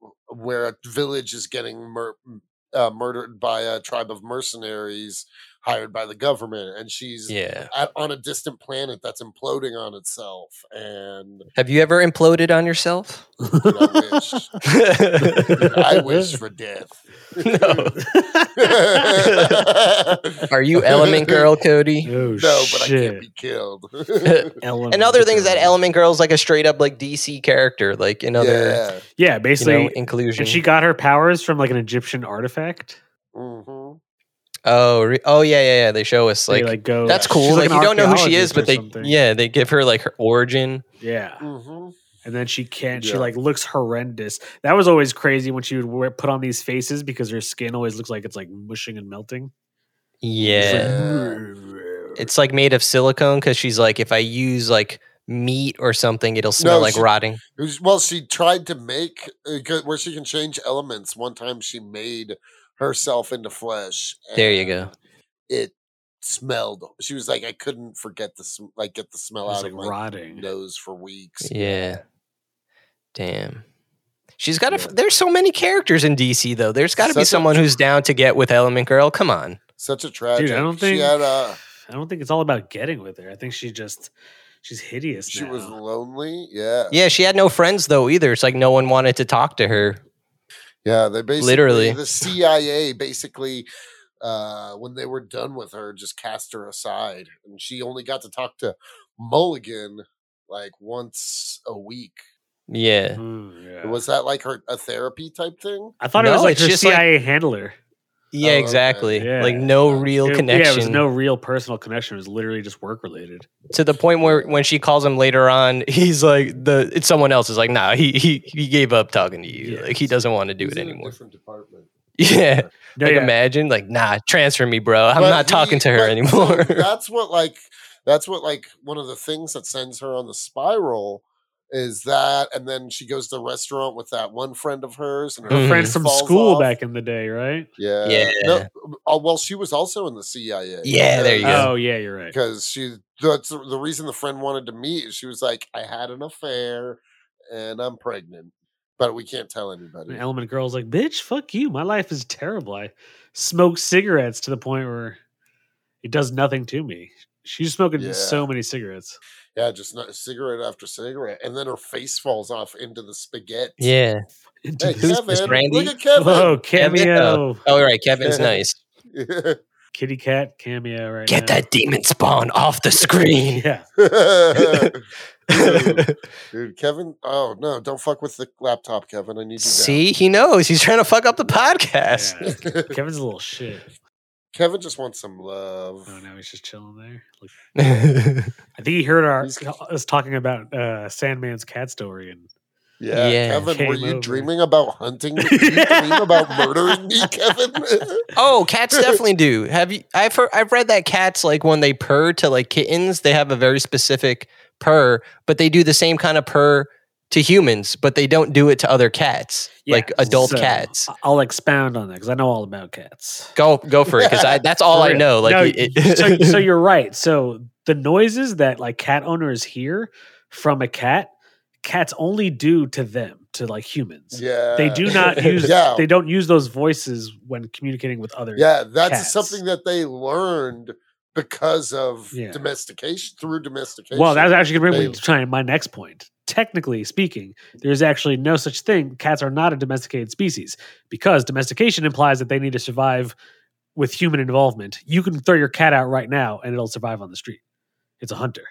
w- where a village is getting mur- m- uh, murdered by a tribe of mercenaries hired by the government. And she's
yeah
at, on a distant planet that's imploding on itself. And
have you ever imploded on yourself
dude, I wish, I wish for death.
no
no,
are you element girl cody
Oh
but I
shit.
can't be killed.
Element
and other things that
Girl.
Element Girl's like a straight up like DC character, like another
yeah.
Yeah,
you
basically,
know, inclusion.
and she got her powers from like an Egyptian artifact.
Mhm.
oh, re- oh yeah, yeah, yeah. They show us
They,
like,
Like, go.
that's
she's
cool. Like
an
you don't know who she is,
archaeologist
but
or
they
something.
yeah they give her like her origin.
yeah.
Mhm.
and then she can't. She
Yeah.
like looks horrendous. That was always crazy when she would wear, put on these faces because her skin always looks like it's like mushing and melting. It's
Yeah,
like-
it's like made of silicone because she's like if I use like meat or something, it'll smell like
she-
rotting.
It was- Well, she tried to make uh, go- where she can change elements. One time she made herself into flesh.
There you
and
go.
It smelled. She was like, I couldn't forget the sm- like get the smell
it's
out
like
of my
rotting.
nose for weeks.
Yeah. Damn. She's got to.
Yeah.
There's so many characters in DC though. There's got to
Such
be
a-
someone who's down to get with Element Girl. Come on.
Such a tragedy.
Dude, I don't think
she had a.
I don't think it's all about getting with her. I think she just she's hideous.
She was
now.
lonely. Yeah.
Yeah, she had no friends though either. It's like no one wanted to talk to her.
Yeah, they basically
Literally.
the CIA basically uh when they were done with her just cast her aside and she only got to talk to Mulligan like once a week.
Yeah.
Mm, yeah.
Was that like her a therapy type thing?
I thought it
No,
was like
it's
her
just like-
CIA handler.
Yeah,
Oh, okay.
exactly.
Yeah.
Like no
Yeah.
real
It-
connection.
Yeah, it was no real personal connection. It was literally just work related.
to the point where when she calls him later on, he's like the it's someone else is like, nah, he he he gave up talking to you.
Yeah.
Like he doesn't want to do
He's
it
in a
anymore.
different department.
Yeah.
No,
like
yeah.
imagine, like, nah, transfer me, bro. I'm
But
not
he-
talking to her
but- so
anymore.
that's what like that's what like one of the things that sends her on the spiral is that and then she goes to the restaurant with that one friend of hers and her
Her
Mhm.
friend
face
from
falls
school
off.
back in the day, right?
yeah
Yeah.
No, oh, well she was also in the cia
Yeah, there you go.
Oh yeah, you're right.
because she that's the the reason the friend wanted to meet is she was like i had an affair and i'm pregnant but we can't tell anybody
And Element Girl's like, bitch, fuck you. My life is terrible. I smoke cigarettes to the point where it does nothing to me. She's smoking
Yeah.
so many cigarettes.
yeah just not cigarette after cigarette and then her face falls off into the spaghetti
yeah.
hey,
Who's this,
kevin, look
Randy?
at kevin
Whoa, Oh, cameo.
Oh, right. Kevin's nice.
Kitty cat cameo right
Get
now.
that demon spawn off the screen.
Yeah.
Dude, dude, Kevin. Oh no! Don't fuck with the laptop, Kevin. I need you.
See, he knows. He's trying to fuck up the podcast.
yeah.
down.
Kevin's a little shit.
Kevin just wants some love.
Oh, now he's just chilling there. Look, I think he heard our,
He's-
us talking about uh, Sandman's cat story and
Yeah,
Yeah.
Kevin. Were
Came
you
over.
dreaming about hunting? me? Did you dream about murdering me, Kevin?
oh, cats definitely do. Have you? I've heard, I've read that cats like when they purr to like kittens, they have a very specific purr, but they do the same kind of purr to humans, but they don't do it to other cats,
Yeah,
like adult
so
cats.
I- I'll expound on that because I know all about cats.
Go go for it, because I that's all
For
I
real.
know. Like
No,
it,
so, so you're right. So the noises that like cat owners hear from a cat, cats only do to them, to like humans.
yeah,
They do not use
Yeah.
they don't use those voices when communicating with others.
Yeah, that's
Cats.
something that they learned because of
Yeah.
domestication through domestication.
Well, that's actually going to bring me
They-
to trying my next point. Technically speaking, there's actually no such thing. Cats are not a domesticated species because domestication implies that they need to survive with human involvement. You can throw your cat out right now and it'll survive on the street. It's a hunter.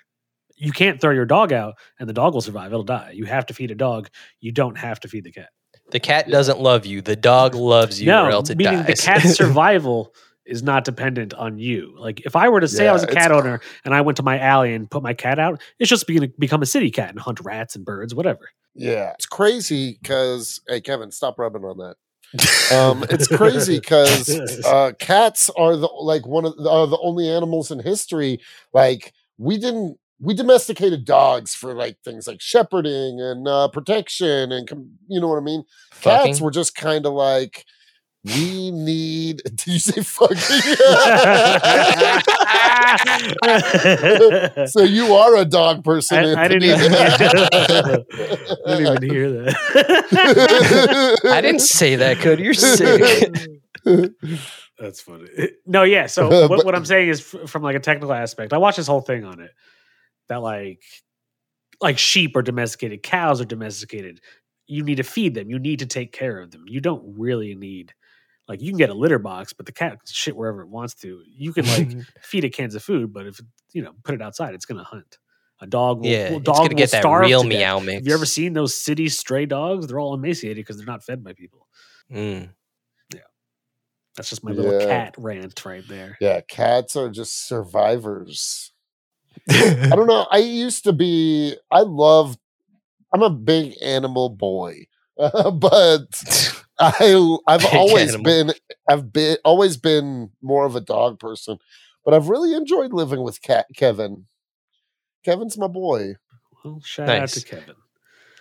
You can't throw your dog out and the dog will survive. It'll die. You have to feed a dog. You don't have to feed the cat.
the cat doesn't love you. The dog loves you,
no,
or else it
meaning
dies.
the cat's survival is not dependent on you. Like if I were to say I was a
Yeah, it's-
cat owner and I went to my alley and put my cat out, it's just be, become a city cat and hunt rats and birds, whatever.
yeah, it's crazy because hey, Kevin, stop rubbing on that. um, it's crazy because uh, cats are the like one of the, are the only animals in history. Like we didn't we domesticated dogs for like things like shepherding and uh, protection and com- you know what I mean.
Fucking.
Cats were just kind of like we need. Did you say fucking?
I,
so you are a dog person.
I didn't
Anthony.
even, I didn't even hear that.
I didn't say that, Cody. You're sick.
That's funny. No, yeah. So
Uh,
what,
but-
what I'm saying is, fr- from like a technical aspect, I watched this whole thing on it that like, like sheep are domesticated, cows are domesticated. You need to feed them. You need to take care of them. You don't really need, like, you can get a litter box, but the cat can shit wherever it wants to. You can like feed it cans of food, but if it- you know put it outside, it's gonna hunt. A dog will,
yeah,
will-
it's
dog
gonna
will
get that
starve
real
to death.
meow mix.
Have you ever seen those city stray dogs? They're all emaciated because they're not fed by people.
Mm.
That's just my little
Yeah.
cat rant right there.
Yeah, cats are just survivors. I
Mm.
don't know. I used to be. I love. I'm a big animal boy, but I I've
Big
always
animal.
been I've been always been more of a dog person, but I've really enjoyed living with cat Kevin. Kevin's my boy.
Well, shout out
Nice.
to Kevin.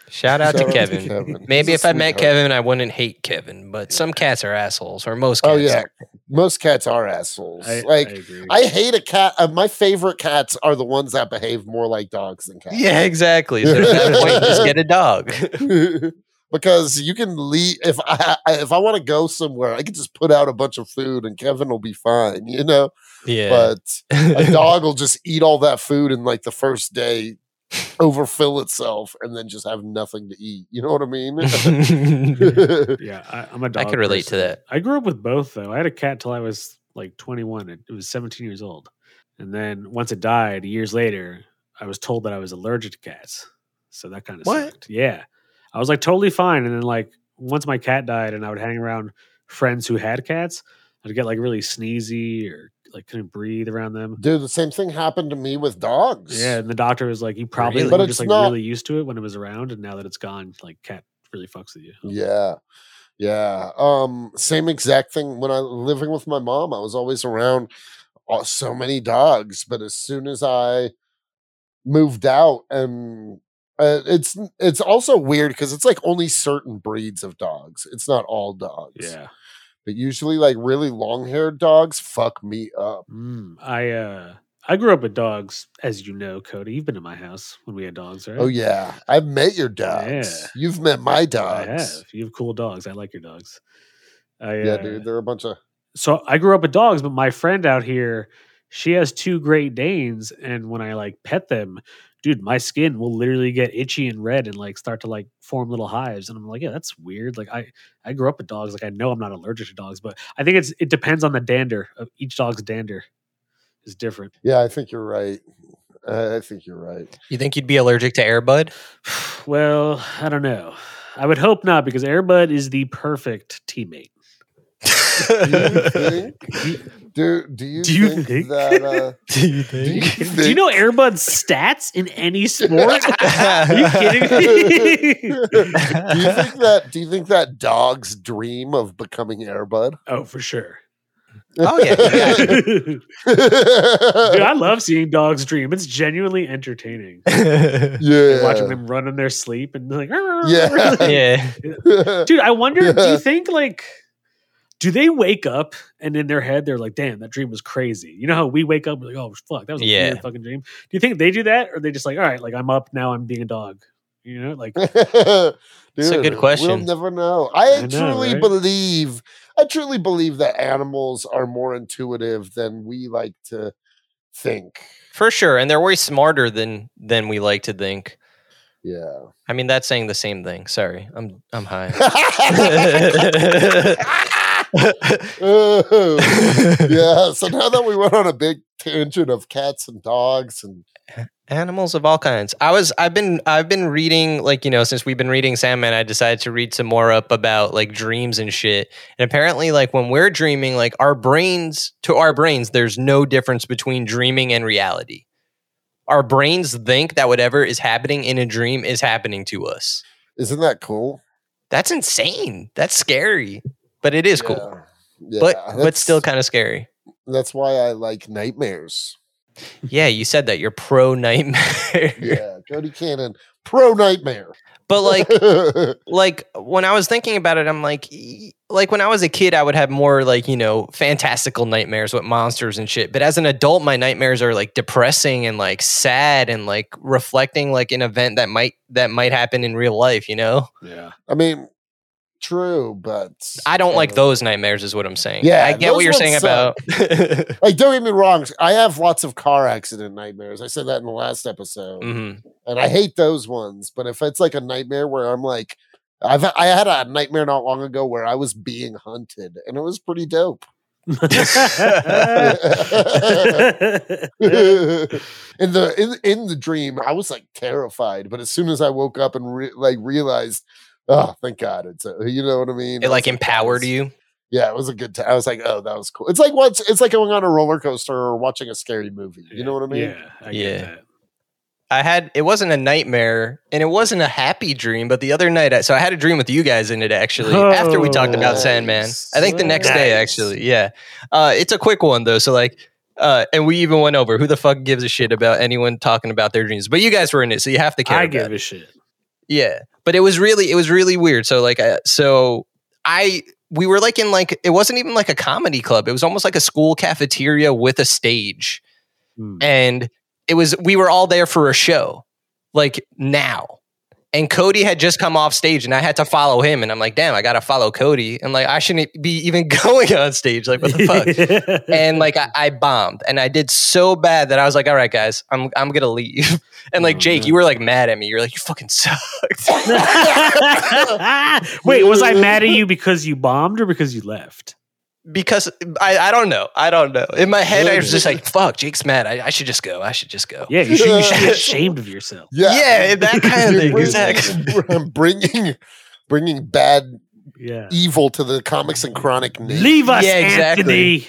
Shout out
Shout
to Kevin.
Kevin.
Maybe
He's
if
a
I met
sweetheart.
Kevin, I wouldn't hate Kevin, but some cats are assholes, or most cats.
Oh yeah, most cats are assholes.
I, I
like
agree.
I, hate a cat. Uh, my favorite cats are the ones that behave more like dogs than cats.
Yeah, exactly. So at that point, just get a dog.
because you can leave if I I- if I want to go somewhere, I can just put out a bunch of food and Kevin will be fine, you know.
Yeah.
But a dog will just eat all that food and like the first day overfill itself and then just have nothing to eat. You know what I mean?
yeah, I, I'm a
I
dog.
could relate
person.
to that.
I grew up with both though. I had a cat till I was like 21. It, it was 17 years old, and then once it died, years later, I was told that I was allergic to cats. So that kind of
What?
sucked. Yeah, I was like totally fine, and then like once my cat died, and I would hang around friends who had cats, I'd get like really sneezy or like couldn't breathe around them.
Dude, the same thing happened to me with dogs.
Yeah, and the doctor was like, "You probably
Really?
were
But
just
it's
like
not-
really used to it when it was around, and now that it's gone, like cat really fucks with you."
Yeah. Yeah. Um, same exact thing. When I living with my mom, I was always around uh, so many dogs. But as soon as I moved out, and uh, it's it's also weird because it's like only certain breeds of dogs. It's not all dogs.
Yeah.
But usually, like really long haired dogs, fuck me up.
Mm, I uh I grew up with dogs, as you know, Cody. You've been to my house when we had dogs, right?
Oh yeah, I've met your dogs.
Yeah.
You've met my
I
dogs.
have. You have cool dogs. I like your dogs. I,
Yeah,
uh,
dude, they're a bunch of
so I grew up with dogs, but my friend out here, she has two Great Danes, and when I like pet them, dude, my skin will literally get itchy and red and like start to like form little hives, and I'm like, yeah, that's weird. Like I, I grew up with dogs. Like I know I'm not allergic to dogs, but I think it's it depends on the dander of each dog's dander is different.
yeah. I think you're right. I I think you're right.
You think you'd be allergic to Airbud?
well, I don't know. I would hope not because Airbud is the perfect teammate.
Do you think? Do, do you
Do you
think,
think?
that? Uh,
Do you
do you
Do you know Airbud's stats in any sport? Are you kidding me?
do you think that? Do you think that dogs dream of becoming Airbud?
oh, for sure.
Oh, yeah, yeah.
Dude, I love seeing dogs dream. It's genuinely entertaining.
yeah.
Watching them run in their sleep and be like, "Arr."
Yeah.
yeah.
dude, I wonder, do
Yeah.
you think like, do they wake up and in their head they're like, damn, that dream was crazy? You know how we wake up, we're like, oh, fuck, that was a
Yeah.
weird fucking dream. Do you think they do that? Or they just like, all right, like I'm up now, I'm being a dog? You know, like,
It's a good
Dude, We'll
question.
never know. I,
I know,
truly
right?
believe. I truly believe that animals are more intuitive than we like to think.
For sure. And they're way smarter than than we like to think.
Yeah.
I mean, that's saying the same thing. Sorry. I'm I'm high.
Ooh. yeah. So now that we went on a big tangent of cats and dogs and
Animals of all kinds. I was I've been I've been reading like, you know, since we've been reading Sandman, I decided to read some more up about like dreams and shit. And apparently like when we're dreaming, like our brains to our brains, there's no difference between dreaming and reality. Our brains think that whatever is happening in a dream is happening to us.
isn't that cool?
That's insane. That's scary. But it is cool.
Yeah.
but
Yeah,
but still
that's-
kind of scary.
that's why I like nightmares.
Yeah, you said that you're pro nightmare.
Yeah, Cody Cannon, pro nightmare.
But like like when I was thinking about it, I'm like, e- like when I was a kid, I would have more like you know fantastical nightmares with monsters and shit. But as an adult, my nightmares are like depressing and like sad and like reflecting like an event that might that might happen in real life. You know,
yeah.
I mean, true, but
I don't like
uh,
those nightmares, is what I'm saying.
Yeah,
I get what
those
you're
ones
saying
suck.
about.
Like, don't get me wrong. I have lots of car accident nightmares. I said that in the last episode,
hmm
and I hate those ones. But if it's like a nightmare where I'm like, I've I had a nightmare not long ago where I was being hunted, and it was pretty dope. in the in, in the dream, I was like terrified, but as soon as I woke up and re- like realized, oh, thank God, it's a, you know what I mean. I
It
was
like
"That
empowered
was-
you.
Yeah, it was a good time. I was like, oh, that was cool. It's like what's it's like going on a roller coaster or watching a scary movie. You know what I mean?
Yeah. I get
Yeah.
that.
I had it wasn't a nightmare and it wasn't a happy dream, but the other night, I, so I had a dream with you guys in it actually. after we talked about
Oh,
Sandman, I think the next day
nice.
actually, yeah. Uh, it's a quick one though, so like, uh, and we even went over who the fuck gives a shit about anyone talking about their dreams, but you guys were in it, so you have to care.
I
about
give
it.
a shit.
yeah. But it was really, it was really weird. So like, I, so I we were like in like it wasn't even like a comedy club. It was almost like a school cafeteria with a stage
Mm.
and it was we were all there for a show like now and cody had just come off stage and i had to follow him and i'm like damn i gotta follow cody and like i shouldn't be even going on stage like what the fuck and like I, I bombed and i did so bad that i was like all right guys i'm, I'm gonna leave and like
Oh,
jake
no.
you were like mad at me you're like you fucking sucked
Wait, was I mad at you because you bombed or because you left?
because I, I don't know i don't know in my head i was just like fuck jake's mad i, I should just go i should just go
Yeah, you should, you should be ashamed of yourself.
yeah, that kind of
You're
thing
bringing-
exactly
I'm bringing bringing bad
Yeah.
evil to the comics and chronic name.
Leave us,
Yeah, exactly.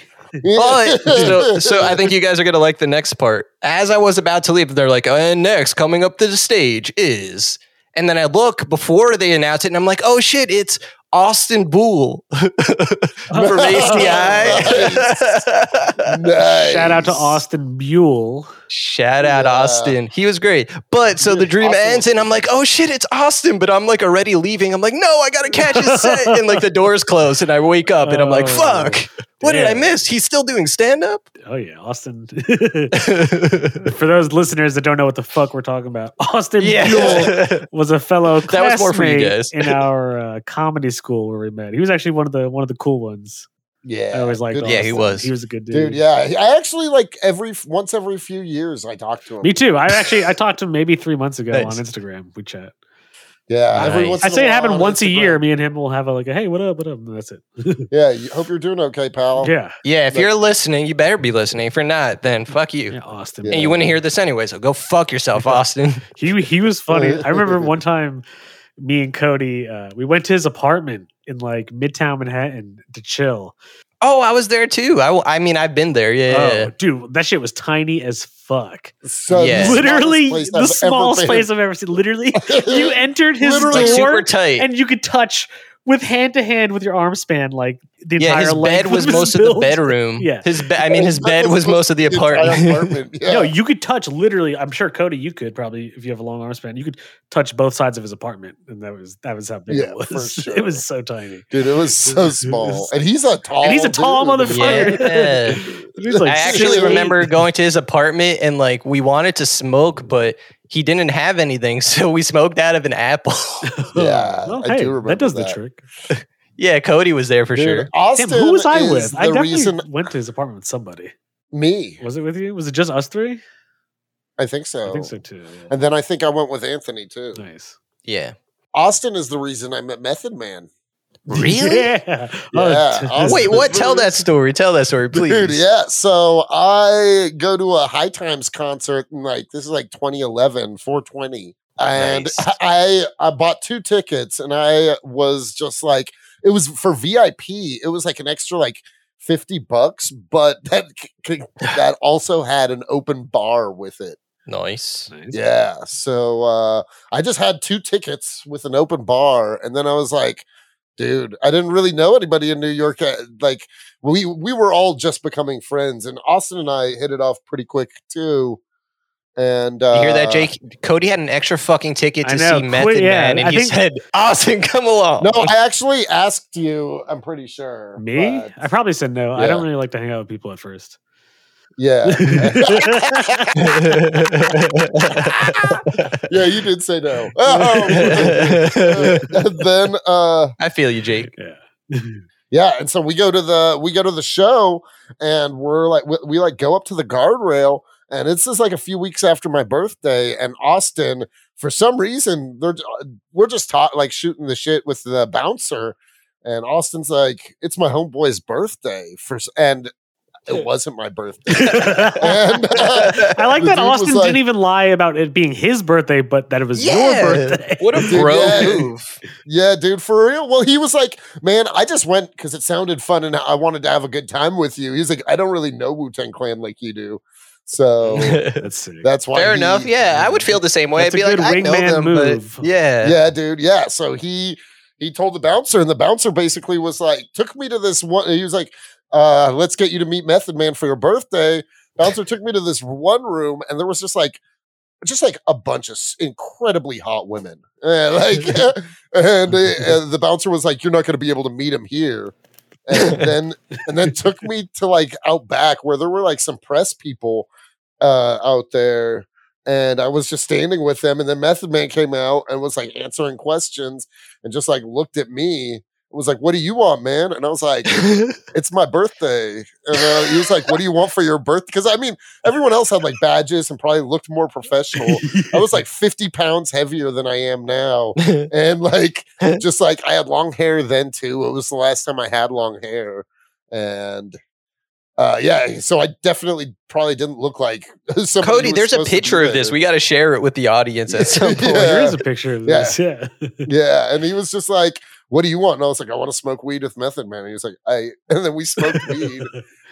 Anthony.
But so, so I think you guys are gonna like the next part. As I was about to leave, they're like, and next coming up to the stage is, and then I look before they announce it, and I'm like, oh shit, it's Austin Boole from ACI.
Nice.
Shout out to Austin Buell.
Shout out
Yeah.
Austin. He was great. But so the
Dude,
dream
Austin
ends
was
and I'm like, oh shit, it's Austin. But I'm like already leaving. I'm like, no, I gotta catch his set. And like the doors close and I wake up and I'm like,
Oh,
fuck, what did I
damn.
miss? He's still doing stand up?
Oh yeah, Austin. For those listeners that don't know what the fuck we're talking about, Austin Buell
yeah.
was a fellow
That was more for you
classmate
guys.
in our uh, comedy school where we met. He was actually one of the one of the cool ones.
Yeah.
I always liked.
good-
Yeah, he
Austin.
was.
He was a good dude.
Dude, yeah. I actually like every once every few years I talk to him.
Me too. I actually I talked to him maybe three months ago
Nice. Uh,
on Instagram. We chat.
Yeah. Every
Nice.
once
I
in
say it
while
happened
on
once a
Instagram.
year. Me and him will have a like a hey, what up, what up? And that's it.
Yeah. You, hope you're doing okay, pal.
yeah.
Yeah, if
Like-
you're listening, you better be listening. If you're not, then fuck you.
Yeah, Austin.
Yeah.
And you wouldn't hear this anyway, so go fuck yourself, Austin.
He he was funny. I remember one time, me and Cody, uh, we went to his apartment in like Midtown Manhattan to chill.
oh, I was there too. I, w- I mean, I've been there. Yeah.
Oh, dude, that shit was tiny as fuck.
So
Yeah.
the
Literally,
smallest place
the
I've
small
ever
space I've ever seen. Literally,
been.
you entered his
Literally.
Like
door
super tight.
and you could touch with hand to hand with your arm span like the
yeah,
entire
his
length
bed was
his
most of the
build.
bedroom.
Yeah.
His be- I mean, his bed was most of the
The entire
apartment.
apartment, Yeah.
No, you could touch literally. I'm sure Cody, you could probably if you have a long arm span, you could touch both sides of his apartment, and that was that was how big
Yeah,
it
for
was.
sure.
It was so tiny.
Dude, it was so small. And he's a tall
And he's a tall
dude.
motherfucker.
Yeah.
He's like
I
six
actually
eight.
remember going to his apartment and like we wanted to smoke, but he didn't have anything, so we smoked out of an apple.
Yeah,
Well,
I
hey,
do remember
that does the
that.
trick.
yeah, Cody was there for
Dude,
sure.
Austin
Damn, who was I
is
with?
The
I definitely
reason
went to his apartment with somebody.
me,
Was it with you? Was it just us three?
I think so.
I think so too. yeah.
And then I think I went with Anthony too.
Nice.
Yeah.
Austin is the reason I met Method Man.
Really?
Yeah. Oh,
Yeah,
t-
I'll-
Wait, what? Tell that story. Tell that story, please.
Dude, yeah. So I go to a High Times concert and like this is like 2011, 420. And
Nice.
I I bought two tickets and I was just like it was for VIP. It was like an extra like 50 bucks, but that c- c- that also had an open bar with it.
Nice.
Nice.
Yeah. So uh, I just had two tickets with an open bar, and then I was like, dude, I didn't really know anybody in New York. uh, Like we we were all just becoming friends, and Austin and I hit it off pretty quick too. And uh,
You hear that, Jake? Cody had an extra fucking ticket
I
to
know.
see Method
Quit- yeah,
Man, and
I
he
think-
said, "Austin, come along."
No, I actually asked you. I'm pretty sure.
Me?
but-
I probably said no. I don't
Yeah.
really like to hang out with people at first.
yeah, yeah, you did say no. Oh. and then uh
I feel you, Jake.
yeah.
Yeah, and so we go to the we go to the show, and we're like we, we like go up to the guardrail, and it's just like a few weeks after my birthday, and Austin for some reason they're we're just taught like shooting the shit with the bouncer, and Austin's like it's my homeboy's birthday for s- and it wasn't my birthday. And,
I like that
uh, the dude was
Austin
like-
didn't even lie about it being his birthday, but that it was
Yeah.
your birthday.
What a
Dude,
bro
yeah.
move.
Yeah, dude, for real. Well, he was like, man, I just went because it sounded fun and I wanted to have a good time with you. He's like, I don't really know Wu Tang Clan like you do, so.
That's sick.
That's why.
Fair
he-
enough. Yeah, I would feel the same way.
That's
I'd be
a good
like, I know
wingman
them,
move.
but yeah,
yeah dude yeah so he he told the bouncer and the bouncer basically was like took me to this one he was like uh let's get you to meet method man for your birthday bouncer took me to this one room and there was just like just like a bunch of s- incredibly hot women and like and, uh, and the bouncer was like you're not going to be able to meet him here and then and then took me to like out back where there were like some press people uh out there and I was just standing with them. And then Method Man came out and was like answering questions and just like looked at me and was like, What do you want, man? And I was like, It's my birthday. And uh, he was like, What do you want for your birthday? Because I mean, everyone else had like badges and probably looked more professional. I was like 50 pounds heavier than I am now. And like, just like I had long hair then too. It was the last time I had long hair. And uh, yeah, so I definitely probably didn't look like somebody
Cody,
who was
there's a
supposed to be
picture of this.
there.
We got to share it with the audience at some point.
There
Yeah.
is a picture of
Yeah.
this. Yeah.
Yeah, and he was just like, "What do you want?" And I was like, "I want to smoke weed with Method Man." And he was like, "I," and then we smoked weed,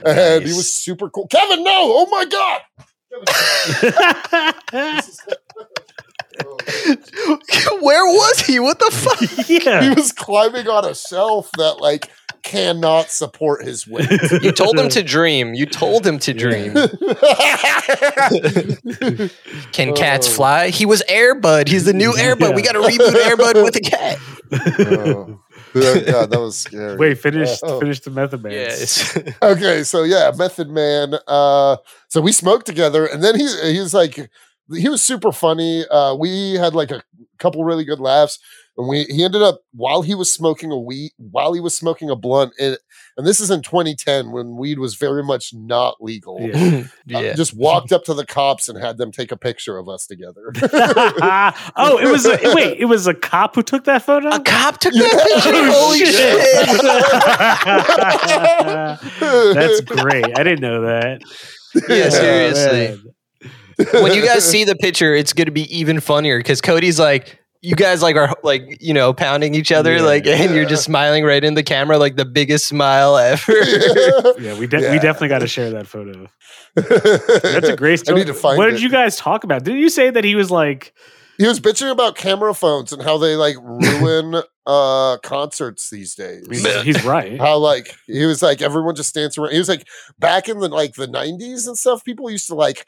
and he
Nice.
was super cool. Kevin, no, oh my god,
yeah.
This is-
Where was he? What the fuck?
yeah.
He was climbing on a shelf that like cannot support his weight.
You told him to dream. You told him to
Yeah.
dream.
That's
Can cats
Oh.
fly? He was Airbud. He's the new Airbud. We
Yeah.
got to reboot Airbud with a cat.
Oh. God, that was scary.
Wait, finish
Oh.
finish the Method Man.
Okay, so yeah, Method Man. Uh, so we smoked together, and then he he was like, he was super funny. Uh, we had like a couple really good laughs, and we he ended up while he was smoking a weed, while he was smoking a blunt, and, and this is in 2010 when weed was very much not legal.
Yeah.
yeah.
uh, just walked up to the cops and had them take a picture of us together.
oh, it was a, wait, it was a cop who took that photo. Oh,
A cop took
Yeah.
that picture. Holy
shit.
shit.
That's great. I didn't know that.
Yeah,
Oh,
seriously.
man.
when you guys see the picture, it's going to be even funnier because Cody's like, you guys like are like you know pounding each other
Yeah.
like, and you're
Yeah.
just smiling right in the camera like the biggest smile ever.
Yeah, we de-
Yeah.
we definitely got to share that photo. That's a great
I
story.
need to find
what
it.
did you guys talk about? Didn't you say that he was like,
He was bitching about camera phones and how they like ruin uh concerts these days.
I mean, he's right.
How like he was like everyone just stands around. He was like back in the like the nineties and stuff. People used to like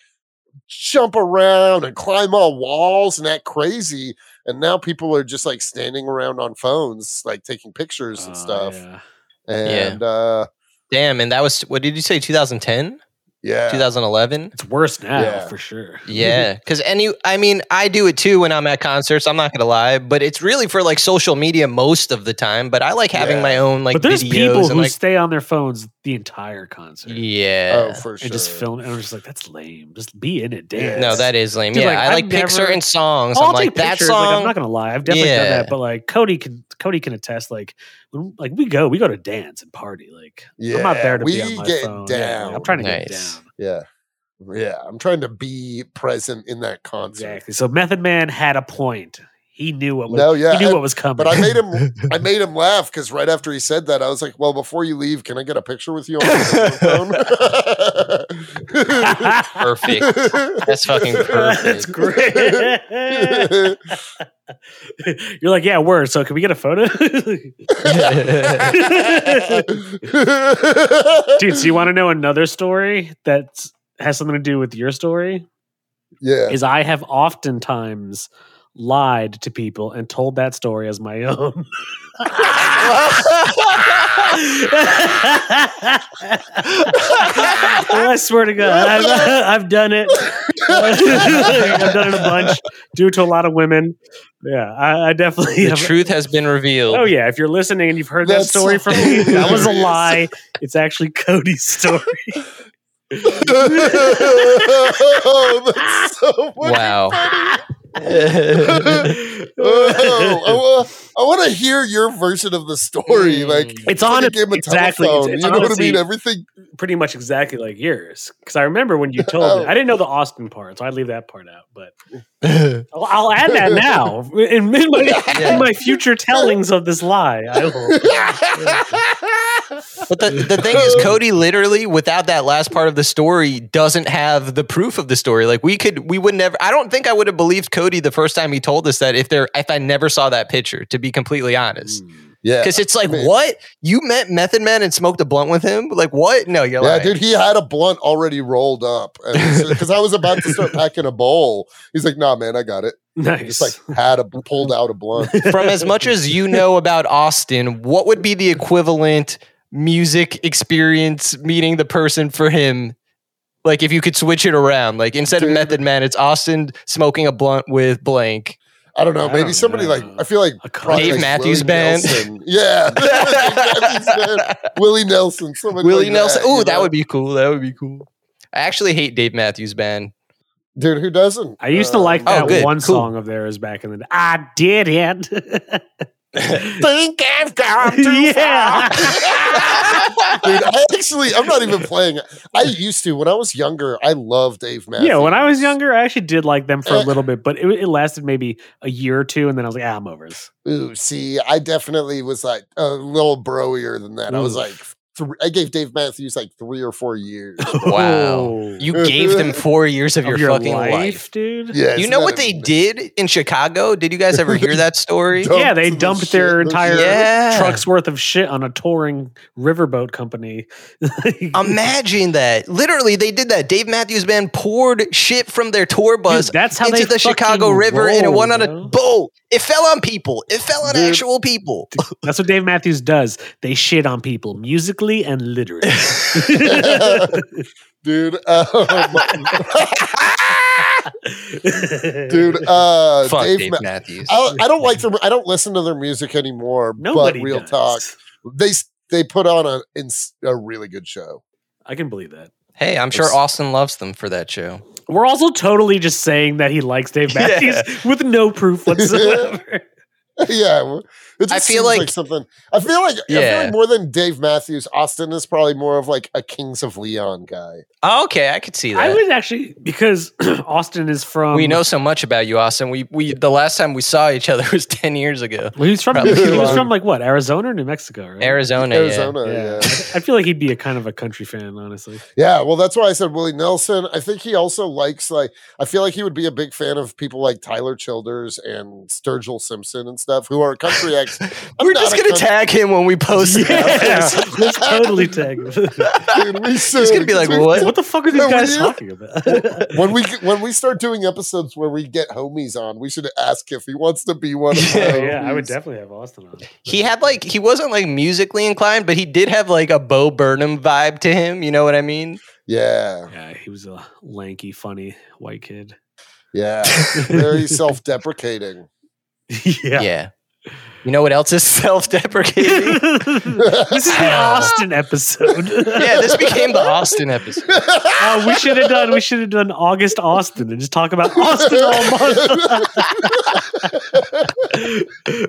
jump around and climb on walls and act crazy. And now people are just like standing around on phones, like taking pictures
Oh,
and stuff.
yeah.
And uh
Damn, and that was what did you say? 2010,
yeah,
2011.
It's worse now
Yeah.
for sure.
Yeah, because any, I mean, I do it too when I'm at concerts. I'm not gonna lie, but it's really for like social media most of the time. But I like having
Yeah.
my own like
but there's
videos
people
and
who
like,
stay on their phones the entire concert
oh
yeah.
for sure.
and just film. And I'm just like, that's lame. Just be in it, dance.
no, that is lame.
Dude,
yeah,
like,
I
I've
like pick
never-
certain songs.
I'll
I'm like
take
that
pictures.
song.
Like, I'm not gonna lie, I've definitely done
Yeah.
that. But like Cody can, Cody can attest. Like when, like we go, we go to dance and party. Like
Yeah,
I'm not there to
we
be on my
get
phone.
down.
Yeah, like, I'm trying to
Nice.
get down.
Yeah. Yeah. I'm trying to be present in that concert.
Exactly. So Method Man had a point. He knew what was.
No, yeah.
he knew
and-
what was coming.
but I made him I made him laugh because right after he said that, I was like, Well, before you leave, can I get a picture with you on my phone?
Perfect. That's fucking
That's
perfect.
great. You're like, yeah, word. So can we get a photo? Dude, so you want to know another story that has something to do with your story?
yeah.
Is I have oftentimes lied to people and told that story as my own. Oh, I swear to God, I've, I've done it. I've done it a bunch due to a lot of women. Yeah, I, I definitely.
the
have-
truth has been revealed.
Oh yeah, if you're listening and you've heard
That's
that story from me, that was a
hilarious.
lie. It's actually Cody's story.
oh, that's so fucking
Wow.
funny. oh, I, want to hear your version of the story. Like
It's on
like a
it-
game of
exactly, it's-
telephone.
it's
you know what I
honestly-
mean? Everything.
pretty much exactly like yours. Because I remember when you told
Oh.
me, I didn't know the Austin part, so I'd leave that part out. But I'll, I'll add that now in, in, my, in my future tellings of this lie. I will.
But the, the thing is, Cody literally, without that last part of the story, doesn't have the proof of the story. Like we could, we would never. I don't think I would have believed Cody the first time he told us that if there, if I never saw that picture. To be completely honest,
Mm. yeah.
because it's like,
I mean-
what you met Method Man and smoked a blunt with him? Like what? No, you're
Yeah,
like,
dude, he had a blunt already rolled up because I was about to start packing a bowl. He's like, "Nah, man, I got it."
Nice.
Just like had a pulled out a blunt.
from as much as you know about Austin, what would be the equivalent music experience meeting the person for him? Like if you could switch it around, like instead of
Dude.
Method Man, it's Austin smoking a blunt with blank.
I don't know.
I
Maybe
don't
somebody
know.
like I feel like
a
probably
Cody.
Dave
like
Matthews
Willie
Band.
Nelson. Yeah, Dave Matthews Band. Willie Nelson. somebody
Willie
like
Nelson.
That,
Ooh,
you
that
know?
would be cool. That would be cool. I actually hate Dave Matthews Band.
dude. Who doesn't?
I used to like
Oh,
that
good,
one
cool.
song of theirs back in the day. I did it.
Think I've gone too
Yeah.
far. Dude, I actually, I'm not even playing. I used to when I was younger. I loved Dave Matthews.
Yeah, when I was younger, I actually did like them for a
Uh,
little bit, but it, it lasted maybe a year or two, and then I was like, ah, I'm over this.
Ooh, see, I definitely was like a little broier than that. I was
Ooh.
like, th- I gave Dave Matthews like three or four years.
Wow.
Oh.
You gave them four years of, your, fucking life.
dude.
Yeah,
You
isn't
know
that
what they
amazing?
did in Chicago? Did you guys ever hear that story?
Dumped
Yeah, they
the
dumped
shit-
their
the
entire-
shit.
yeah.
Trucks worth of shit on a touring riverboat company.
Imagine that. Literally, they did that. Dave Matthews Band poured shit from their tour bus
Dude, that's how they
into the Chicago
fucking
River and it
roll,
went on a
bro.
boat. It fell on people. It fell on
Dude.
actual people.
That's what Dave Matthews does. They shit on people musically and literally.
dude. Um, dude, uh,
Fuck Dave,
Dave. Ma-
Matthews.
I, I don't like their. I don't listen to their music anymore.
Nobody
but real
does.
talk, they s- they put on a ins- a really good show.
I can believe that.
Hey, I'm sure
It's-
Austin loves them for that show.
We're also totally just saying that he likes Dave
Yeah.
Matthews with no proof whatsoever.
yeah, w- it just
I feel
seems like,
like-
something. I feel like I feel
Yeah.
like more than Dave Matthews, Austin is probably more of like a Kings of Leon guy.
Oh, okay, I could see that.
I would um, actually because Austin is from
we know so much about you, Austin. We we the last time we saw each other was ten years ago.
Well, he's from
Probably
he was
wrong.
from like what Arizona or New Mexico, right?
Arizona, Arizona.
Arizona,
Yeah.
yeah.
I feel like he'd be a kind of a country fan, honestly.
Yeah, well, that's why I said Willie Nelson. I think he also likes like I feel like he would be a big fan of people like Tyler Childers and Sturgill Simpson and stuff who are country acts.
yeah. We're
not
just
a
gonna
country-
tag him when we post
Yeah.
it.
Let's totally tag him.
Dude, we
He's gonna
should,
be like,
'cause we-
"What?
what the fuck are these
No, we
guys
do.
talking about?
When we when we start doing episodes where we get homies on, we should ask if he wants to be one. Of
Yeah,
our
Oh, yeah, I would
homies.
definitely have Austin on.
He had like he wasn't like musically inclined, but he did have like a Bo Burnham vibe to him. You know what I mean?
Yeah,
Yeah, he was a lanky, funny white kid.
yeah, very self-deprecating.
yeah.
You know what else is self-deprecating?
this is the Austin episode.
yeah, this became the Austin episode.
Oh, we should have done. We should have done August Austin and just talk about Austin all month. we'll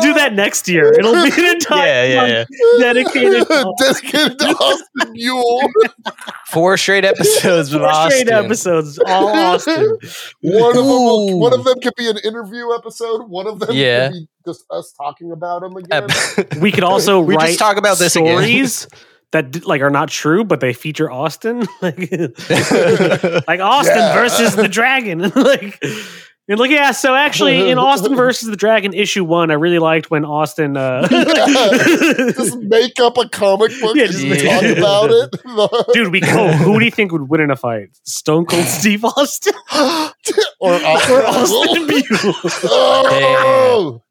do that next year. It'll be an entire
Yeah, yeah,
month
yeah.
dedicated. to Austin.
Dedicated to Austin Mule.
Four straight episodes with
Four
Austin.
straight episodes, all Austin.
One of them, will-
Ooh.
one of them could be an interview episode. One of them,
Yeah.
could be just us talking about them again.
Ep-
We could also
We
write
just talk about this again.
stories that d- like are not true, but they feature Austin, like like Austin
Yeah.
versus the Dragon, like. And like, yeah, so actually in Austin versus the Dragon issue one, I really liked when Austin uh
just make up a comic book
Yeah,
and
just
just
make-
talk about it,
Dude, we oh, who do you think would win in a fight? Stone Cold Steve Austin
or Austin.
or Austin
Mule.
Buell?
Oh!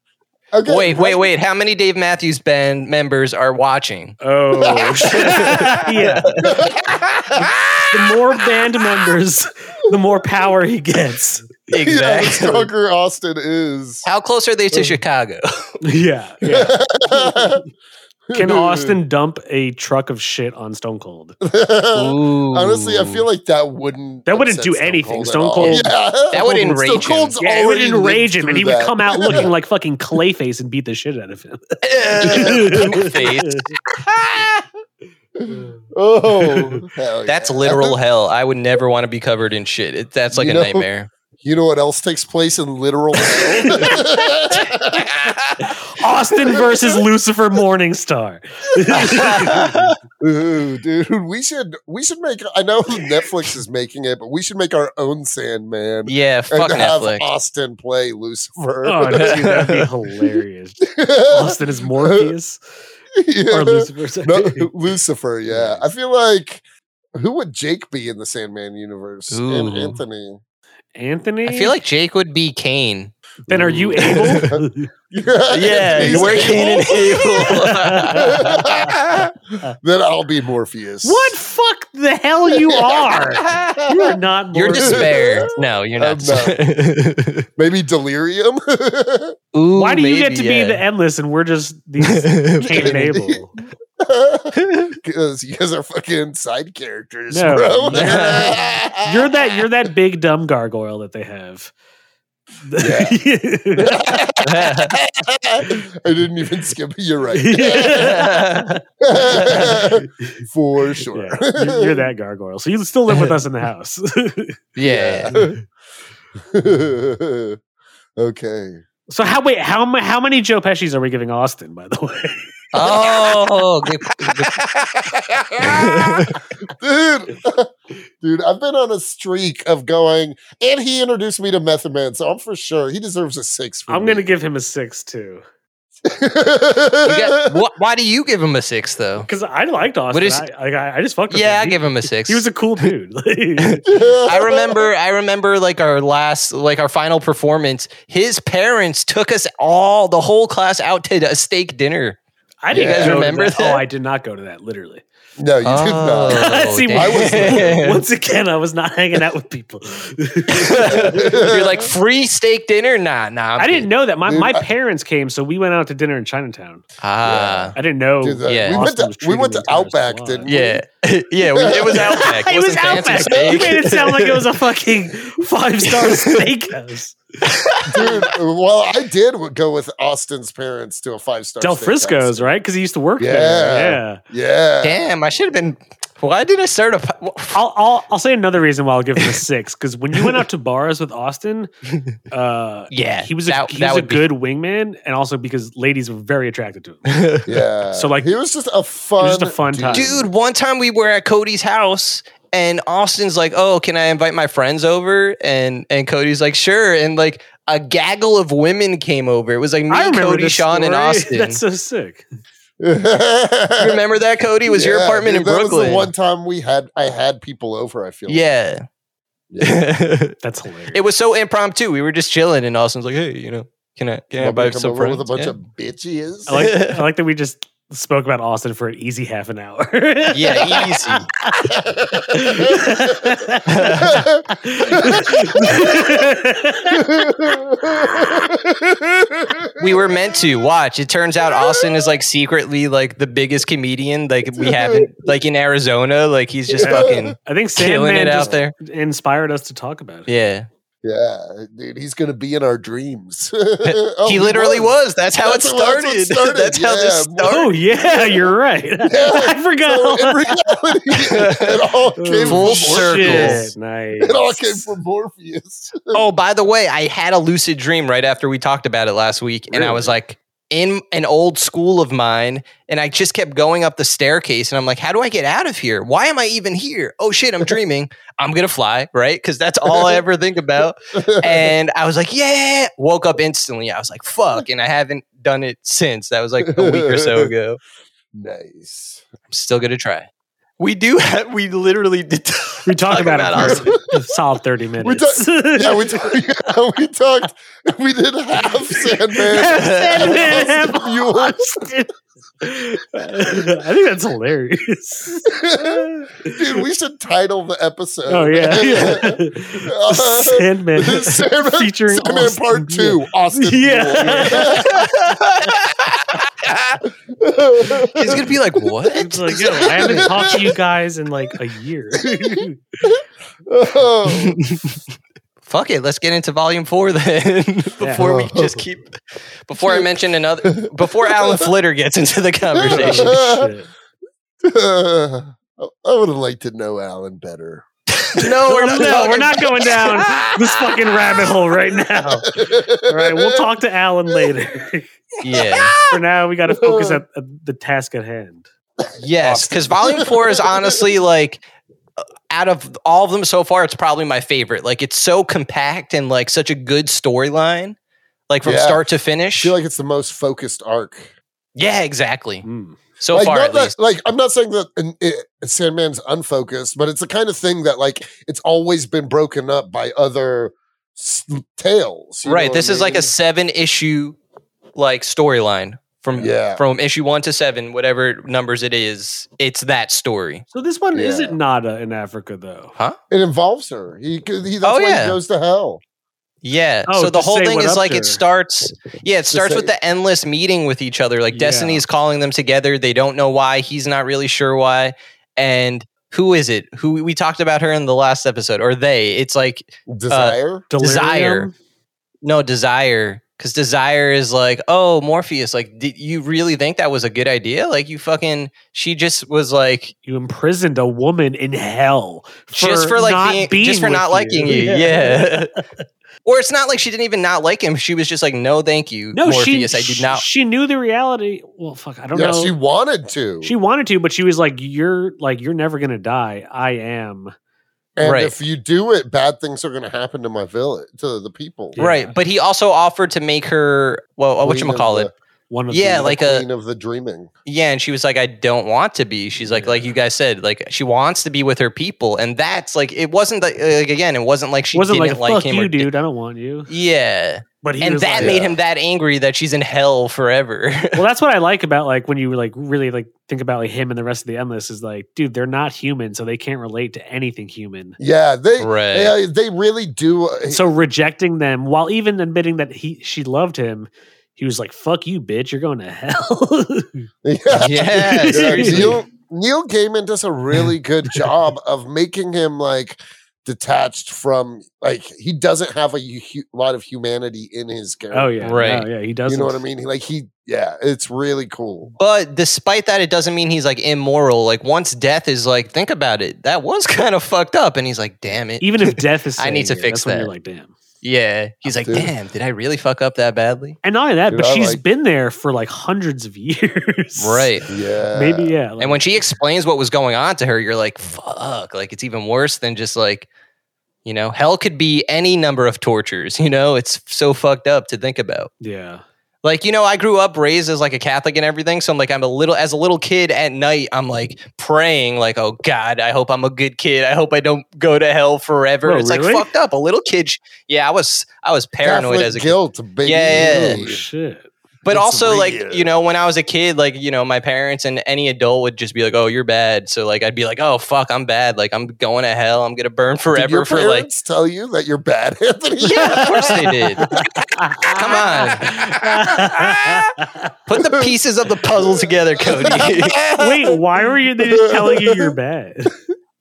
Okay,
wait, wait, wait. How many Dave Matthews Band members are watching?
Oh yeah. The more band members, the more power he gets.
Yeah, the
Exactly.
stronger Austin is.
How close are they to Chicago?
Yeah. yeah. Can Austin dump a truck of shit on Stone Cold?
uh, Honestly, I feel like that wouldn't
That wouldn't
upset
do anything.
at
Stone
all.
Cold-
yeah.
That would
Stone
enrage him.
Cold's
Yeah, it would
already
enrage
lived
him, and
through
he would
that.
come out looking like fucking Clayface and beat the shit out of him.
Face.
Oh, hell yeah.
That's literal hell. I would never want to be covered in shit. It, that's like
You
a
know-
nightmare.
You know what else takes place in literal hell?
Austin versus Lucifer Morningstar. Oh,
Ooh, dude, we should we should make. I know Netflix is making it, but we should make our own Sandman
yeah, fuck
and have
Netflix.
Austin play Lucifer.
Oh, dude, that'd be hilarious. Austin is Morpheus
Yeah.
or Lucifer. sorry.
No, Lucifer, yeah. I feel like who would Jake be in the Sandman universe? And
Ooh.
Anthony.
Anthony.
I feel like Jake would be Kane.
Then are you able?
Anthony's
we're Cain
evil.
Abel.
then I'll be Morpheus.
what fuck the hell you are? You are not.
You're
Morpheus.
despair. No, you're not.
I'm
despair.
Maybe delirium.
Ooh,
Why do you get
maybe,
to
yeah.
be the endless and we're just these Cain and Abel?
Because you guys are fucking side characters,
No.
bro.
You're that you're that big dumb gargoyle that they have.
I didn't even skip it. You're right.
Yeah.
For sure.
you're, you're that gargoyle. So you still live with us in the house.
yeah.
Yeah. okay.
So how wait how mu- how many Joe Pesci's are we giving Austin? By the way,
Oh, good- good-
dude, dude, I've been on a streak of going, and he introduced me to Method Man, so I'm for sure he deserves a six. For
I'm
me.
gonna give him a six too
you got- wh- why do you give him a six though?
because I liked Austin.
is-
I, like, I I just fucked with
Yeah, I
him.
give him a six.
He, he was a cool dude.
I remember I remember like our last like our final performance, his parents took us all the whole class out to a steak dinner.
I didn't
You guys
go to
remember
that.
that?
Oh, I did not go to that. Literally.
No, you
See,
damn.
I was-
Once again, I was not hanging out with people.
Oh. You're like free steak dinner? Nah, nah. I'm
I didn't
good.
know that. My
Dude,
my
I-
parents came, so we went out to dinner in Chinatown.
Ah.
I didn't know.
did that.
Yeah.
We went
Austin was
to we
treating
went
me
to
to a
Outback,
restaurant.
didn't we?
Yeah. yeah, we, it was Outback.
it was
wasn't fancy
Outback. You
steak.
made it sound like it was a fucking five star steakhouse.
dude. Well, I did go with Austin's parents to a five star
Del Frisco's, right? Because he used to work there.
Yeah.
Yeah.
Yeah,
Damn, I should have been why did I start a po-
I'll, I'll I'll say another reason why I'll give him a six because when you went out to bars with Austin, uh,
Yeah.
he was a,
that,
he
that
was a
would be-
good wingman, and also because ladies were very attracted to him. He
yeah.
So, like,
he was just a fun,
just a fun
dude.
time.
Dude, one time we were at Cody's house and Austin's like, "Oh, can I invite my friends over?" And and Cody's like, "Sure." And like a gaggle of women came over. It was like me,
I remember
Cody,
this
Sean, and
story.
Austin.
That's so sick.
you remember that Cody It was your
Yeah,
apartment in
dude, that Was
Brooklyn.
the one time we had I had people over. I feel like.
yeah.
That's hilarious.
it was so impromptu. We were just chilling and Austin's like, "Hey, you know, can I can I
Want me to
invite
come
some
over
friends?"
with a bunch
yeah.
of bitches.
I like I like that we just spoke about Austin for an easy half an hour.
yeah, easy. we were meant to watch. It turns out Austin is like secretly like the biggest comedian like we have in, like in Arizona. Like he's just fucking
I think
killing
Sandman
it out
just
there.
inspired us to talk about it.
Yeah,
yeah, dude, he's gonna be in our dreams. Oh,
he literally was. That's how
That's
it
how- that's
started.
what
That's,
started.
how
Yeah,
this
bro.
started.
Oh yeah, you're right. I forgot.
So
all
in
that.
reality, it all
Oh,
came
Full
from
circle.
Morpheus.
Shit, nice.
It all came from Morpheus.
Oh, by the way, I had a lucid dream right after we talked about it last week, and I was like in an old school of mine, and I just kept going up the staircase, and I'm like, how do I get out of here? Why am I even here? Oh shit, I'm dreaming. I'm gonna fly, right? Because that's all I ever think about. and I was like, yeah. Woke up instantly. I was like, fuck. And I haven't done it since. That was like a week or so ago.
nice.
I'm still gonna try. We do have. We literally did.
We talked
Talk
about,
about
it for a solid thirty minutes.
Yeah, we, talked. we talked. We did half Sandman.
Sandman,
Austin
have
Buell.
Austin. I think that's hilarious.
Dude, we should title the episode.
Oh yeah,
Uh,
Sandman
Sandman,
featuring
Sandman
Austin
Part
Buell.
Two, Austin.
Yeah.
Buell.
He's gonna be like, what?
It's like, yo, I haven't talked to you guys in like a year.
Oh,
Fuck it. Let's get into volume four then. before we just keep. Before I mention another. Before Alan Flitter gets into the conversation.
Shit.
Oh. I would have liked to know Alan better.
No, we're not.
No, we're
talking-
not going down this fucking rabbit hole right now. Oh. All right, we'll talk to Alan later.
Yeah.
For now, we got to focus at, at the task at hand.
Yes, because Volume Four is honestly like uh, out of all of them so far, it's probably my favorite. Like it's so compact and like such a good storyline, like from
Yeah.
start to
I
finish.
feel like it's the most focused arc.
yeah, exactly.
Mm.
So
like,
far,
not
at
that-
least.
like I'm not saying that an, it, Sandman's unfocused, but it's the kind of thing that like it's always been broken up by other s- tales. you know
Right.
what
This
I
is like a
mean?
seven issue like storyline from
Yeah.
from issue one to seven, whatever numbers it is. It's that story.
So this one
Yeah.
isn't Nada in Africa though.
It involves her. He, he that's
Oh,
why
yeah.
he goes to hell.
Yeah.
Oh,
so the
just
whole
say
thing
what
is
up
like
to her.
it starts. Yeah, it starts
say-
with the endless meeting with each other. Like
Yeah.
Destiny's calling them together. They don't know why. He's not really sure why. And who is it? Who we talked about her in the last episode, or they? It's like
Uh,
Desire.
Desire.
Delirium?
no desire, because desire is like, oh Morpheus, like did you really think that was a good idea? Like you fucking. She just was like,
You imprisoned a woman in hell
just for like being, just for
with
not liking you. Yeah. Or it's not like she didn't even not like him. She was just like, no, thank you,
No,
Morpheus.
she
I did not.
She knew the reality. Well, fuck, I don't
yeah,
know.
she wanted to.
She wanted to, but she was like, "You're like you're never gonna die. I am."
and
Right.
if you do it, bad things are going to happen to my village, to the people.
Yeah.
Right. But he also offered to make her, well, uh, what
Queen
you
of
call it?
the-
One of
Yeah,
the,
like uh,
the
a-
queen of the dreaming.
Yeah, and she was like, I don't want to be. She's like, like you guys said, like she wants to be with her people, and that's like it wasn't like, like again, it wasn't like she
wasn't like,
didn't like,
"Fuck
him
you,
or
dude. I don't want you."
Yeah,
But he
and
was
that
like,
made
Yeah.
him that angry that she's in hell forever.
well, that's what I like about like when you like really like think about like him and the rest of the endless is like, dude, they're not human, so they can't relate to anything human.
Yeah, they
Right.
they, they really do. uh,
So rejecting them while even admitting that he she loved him, he was like, "Fuck you, bitch. You're going to hell."
yeah.
yeah,
Yeah,
seriously.
Neil Neil Gaiman does a really good job of making him like detached from like he doesn't have a hu- lot of humanity in his character.
oh yeah,
Right.
No, yeah, he does.
You know what I mean? He, like he, yeah, it's really cool.
But despite that, it doesn't mean he's like immoral. Like once death is like, think about it, that was kind of fucked up, and he's like, damn it.
Even if death is,
I need
saying it,
to fix
that's when
that.
You're like, damn.
yeah, he's like,
Dude.
damn, did I really fuck up that badly?
And not only that,
Dude,
but
I
she's
like-
been there for like hundreds of years.
Right.
Yeah,
Maybe, yeah. like-
And when she explains what was going on to her, you're like, fuck, like it's even worse than just like, you know, hell could be any number of tortures, you know? It's so fucked up to think about.
yeah.
Like, you know, I grew up raised as like a Catholic and everything. So I'm like, I'm a little, as a little kid at night, I'm like praying, like, oh God, I hope I'm a good kid. I hope I don't go to hell forever.
Whoa,
it's
really?
like fucked up. A little kid. sh- Yeah, I was, I was paranoid
Catholic
as a kid.
guilt, baby.
Yeah,
Oh, shit.
But
It's
also,
real.
like, you know, when I was a kid, like, you know, my parents and any adult would just be like, oh, you're bad. So, like, I'd be like, oh, fuck, I'm bad. Like, I'm going to hell. I'm going to burn
Did
forever
your
for like.
parents tell you that you're bad, Anthony?
Yeah, of course they did. Come on. Put the pieces of the puzzle together, Cody.
Wait, why were you they just telling you you're bad?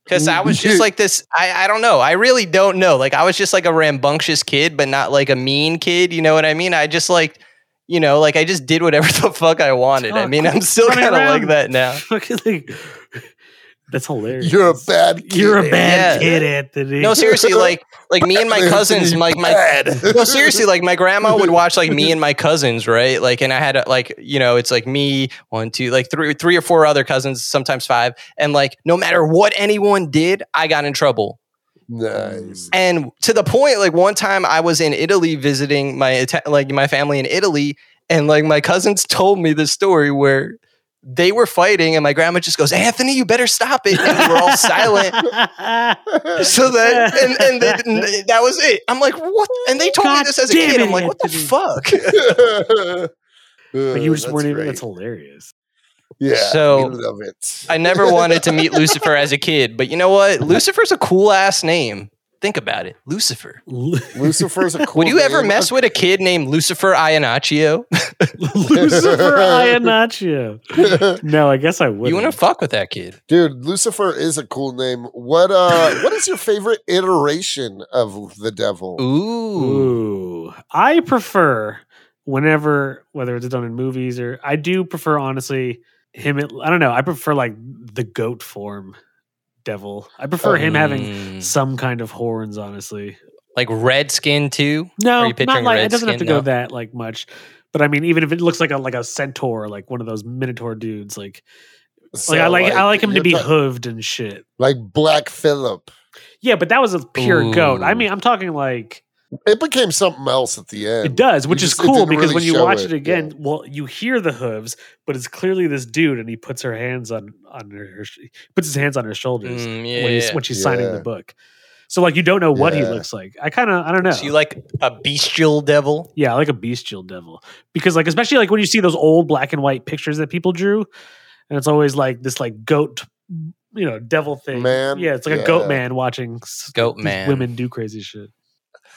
Because I was just like this. I, I don't know. I really don't know. Like, I was just like a rambunctious kid, but not like a mean kid. You know what I mean? I just like. You know, like I just did whatever the fuck I wanted. I
Oh,
mean, I'm still
running
kind of like
around.
that now.
Fucking like, that's hilarious.
You're a bad kid.
You're a bad
Yeah.
kid, Anthony.
No, seriously, like like me and my cousins, like my no, seriously, like my grandma would watch like me and my cousins, right? Like, and I had like you know, it's like me, one, two, like three, three or four other cousins, sometimes five, and like no matter what anyone did, I got in trouble.
nice.
And to the point, like one time I was in Italy visiting my Ita- like my family in Italy, and like my cousins told me this story where they were fighting, and my grandma just goes, "Anthony, you better stop it," and we were all silent so that and, and they didn't, that was it. I'm like, what? And they told me
God
this as a
damn
kid.
it,
I'm like, what the
Anthony.
fuck?
But you just weren't even. That's
That's
hilarious.
yeah.
So-
we love it.
I never wanted to meet Lucifer as a kid, but you know what? Lucifer's a cool ass name. Think about it, Lucifer.
Lucifer's a cool.
Would you ever
name.
mess with a kid named Lucifer Ionaccio?
Lucifer Ionaccio. No, I guess I would.
You want to fuck with that kid?
Dude, Lucifer is a cool name. What uh what is your favorite iteration of the devil?
Ooh.
Ooh. I prefer whenever, whether it's done in movies or I do prefer, honestly, him. At, I don't know. I prefer like the goat form devil. I prefer him having
Mm.
some kind of horns, honestly.
like red skin too. Are
No,
you
not
picturing
like
red
it doesn't have to
skin?
go
No.
that like much. But I mean, even if it looks like a like a centaur, like one of those minotaur dudes, like
So,
like I like I like him to
you're
be
ta-
hooved and shit.
like Black Phillip.
Yeah, but that was a pure goat. I
Ooh.
mean, I'm talking like
It became something else at the end.
It does, which
You
is
just- it
cool
didn't
because
really
when you
show
watch it,
it,
again, well, you hear the hooves, but it's clearly this dude, and he puts her hands on on her, her sh- puts his hands on her shoulders
Mm,
when, he's,
yeah.
when she's signing the
Yeah.
book. So like you don't know what he
Yeah.
looks like. I kind of I don't know.
So you like a bestial devil?
yeah, I like a bestial devil because like especially like when you see those old black and white pictures that people drew, and it's always like this like goat, you know, devil thing.
Man,
yeah, it's like a
yeah.
goat man watching s-
Goat
these
man.
women do crazy shit.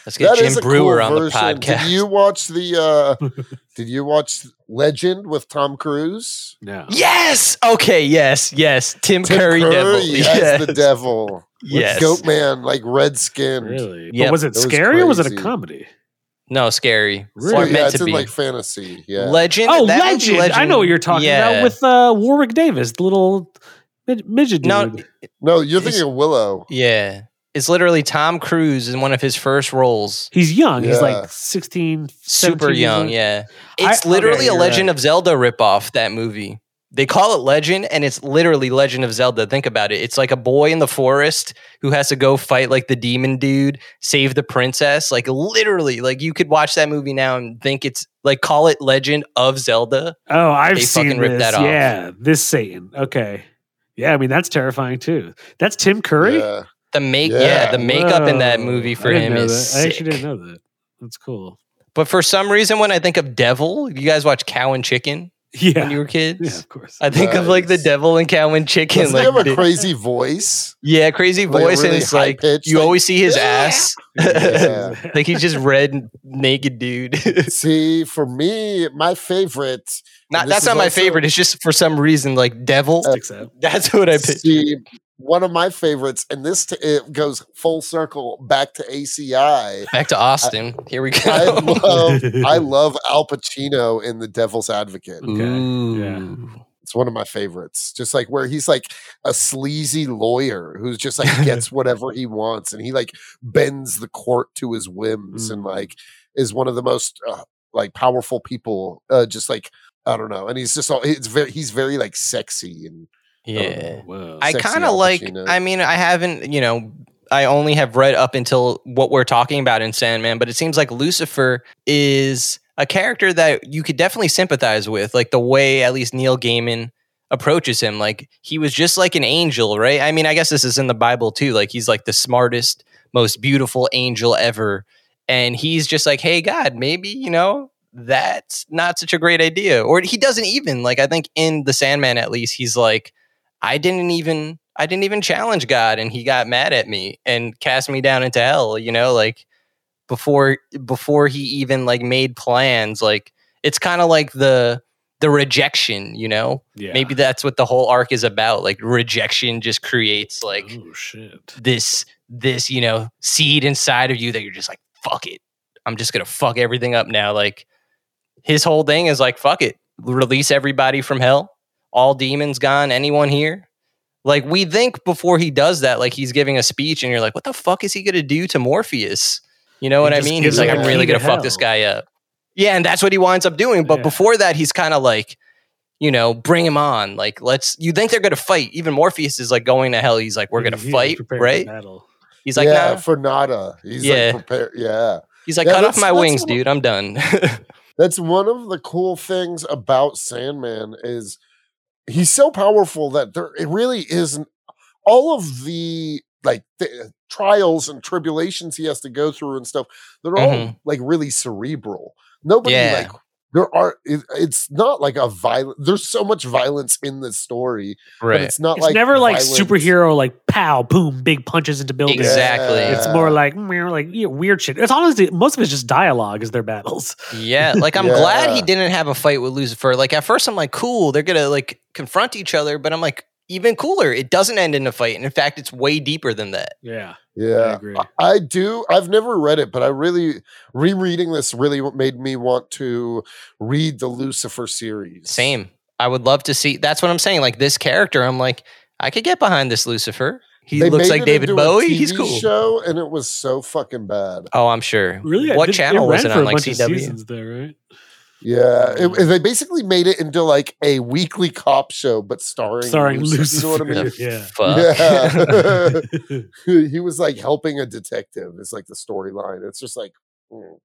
Let's get
That
Jim
is a
Brewer
cool
on the
version.
podcast.
Did you watch the uh did you watch Legend with Tom Cruise?
No.
Yes. Okay. Yes. Yes. Tim,
Tim
Curry, Devil.
as the devil. With
Yes.
Goat Man, like red skin.
Really?
Yep.
But was it
That was
scary or was it a
crazy.
comedy?
No, scary.
Really?
Or
yeah,
meant
it's
to
in
be.
like fantasy. Yeah.
legend.
Oh,
that movie
legend. I know what you're talking
Yeah.
about with uh, Warwick Davis, the little mid- midget dude.
No.
no, you're thinking
it's-
of Willow.
Yeah. It's literally Tom Cruise in one of his first roles.
He's young. He's
Yeah.
like 16,
Super
17 years
young,
old.
yeah.
I-
It's literally
okay,
a
you're
Legend
right.
of Zelda ripoff, that movie. They call it Legend, and it's literally Legend of Zelda. Think about it. It's like a boy in the forest who has to go fight like the demon dude, save the princess. Like literally, like you could watch that movie now and think it's like call it Legend of Zelda.
Oh, I've
They
seen
fucking
this.
ripped that off.
Yeah, this Satan. Okay. Yeah, I mean that's terrifying too. That's Tim Curry.
Yeah.
The make, yeah,
Yeah.
the makeup in that
Whoa.
movie for
I didn't
him
know
is
that. I actually
sick.
didn't know that. That's cool.
But for some reason, when I think of devil, you guys watch Cow and Chicken
Yeah.
when you were kids.
yeah, of course.
I think of like the
Nice.
devil and cow and chicken.
Doesn't
like,
he have
the-
a crazy voice?
yeah, crazy
like, a
voice,
really
and it's like
high-pitched,
you
like,
always see his
"Yeah."
ass.
Yeah.
like he's just red naked dude.
See, for me, my favorite.
not
And this
that's
is
not my
also-
favorite. It's just for some reason like devil.
Sticks out.
that's what I picked.
See, one of my favorites, and this t- it goes full circle back to ACI.
Back to Austin. Here we
I
go.
love, I love Al Pacino in The Devil's Advocate.
Okay,
Ooh.
yeah.
It's one of my favorites. Just like where he's like a sleazy lawyer who's just like gets whatever he wants, and he like bends the court to his whims, and
Mm.
like is one of the most uh, like powerful people. Uh, just like I don't know, and he's just all it's very he's very like sexy and
Yeah.
Oh, Whoa.
I
Sexy
kind of
Al
like.
Pacino.
I mean, I haven't. You know, I only have read up until what we're talking about in Sandman, but it seems like Lucifer is a character that you could definitely sympathize with, like the way at least Neil Gaiman approaches him. Like he was just like an angel, right? I mean, I guess this is in the Bible too. Like he's like the smartest, most beautiful angel ever, and he's just like, hey, God, maybe you know. That's not such a great idea. Or he doesn't even like, I think in The Sandman, at least, he's like, I didn't even I didn't even challenge God and he got mad at me and cast me down into hell, you know, like before before he even like made plans like it's kind of like the the rejection, you know?
Yeah.
Maybe that's what the whole arc is about. Like rejection just creates like
oh shit.
this this, you know, seed inside of you that you're just like fuck it. I'm just going to fuck everything up now like his whole thing is like fuck it. Release everybody from hell. All demons gone, anyone here? Like we think before he does that, like he's giving a speech, and you're like, "What the fuck is he gonna do to Morpheus?" You know
He
what I
just
mean?
gives
He's like,
him
"I'm
the
really
key to
gonna fuck this
hell.
guy up." Yeah, and that's what he winds up doing. But
Yeah.
before that, he's kind of like, you know, bring him on. Like, let's. You think they're gonna fight? Even Morpheus is like going to hell. He's like, "We're gonna
He was
fight,
prepared for
right?"
battle.
He's like,
yeah,
"Nah."
for nada. He's
Yeah.
like prepared. Yeah.
He's like,
Yeah,
"Cut off
that's-
my
that's
wings,
what-
dude. I'm done."
That's one of the cool things about Sandman is he's so powerful that there it really isn't all of the like th- trials and tribulations he has to go through and stuff. They're
Mhm.
all like really cerebral. Nobody
Yeah.
like there are it, it's not like a violent there's so much violence in this story but it's not
It's
like
never like
violence.
superhero like pow boom big punches into buildings.
Exactly.
It's more like meow, like yeah, weird shit. It's honestly most of it's just dialogue as their battles.
Yeah, like I'm glad he
Yeah.
didn't have a fight with Lucifer. Like at first I'm like, cool, they're gonna like confront each other, but I'm like, even cooler, it doesn't end in a fight. And in fact, it's way deeper than that.
Yeah, I
yeah
agree.
I do. I've never read it, but I really rereading this really w- made me want to read the Lucifer series.
Same. I would love to see that's what I'm saying. Like this character, I'm like, I could get behind this Lucifer. He
They
looks
made
like
it
David
into a
Bowie. He's
TV
cool.
Show and it was so fucking bad.
Oh, I'm sure.
Really, I
What
did-
channel
it
was
ran
it
for
on?
a
Like
bunch of
CW.
seasons there, right?
Yeah, it, they basically made it into like a weekly cop show, but starring
Starring
You know what I mean?
Lucifer.
The
Yeah.
Fuck.
he was like helping a detective. It's like the storyline. It's just like mm.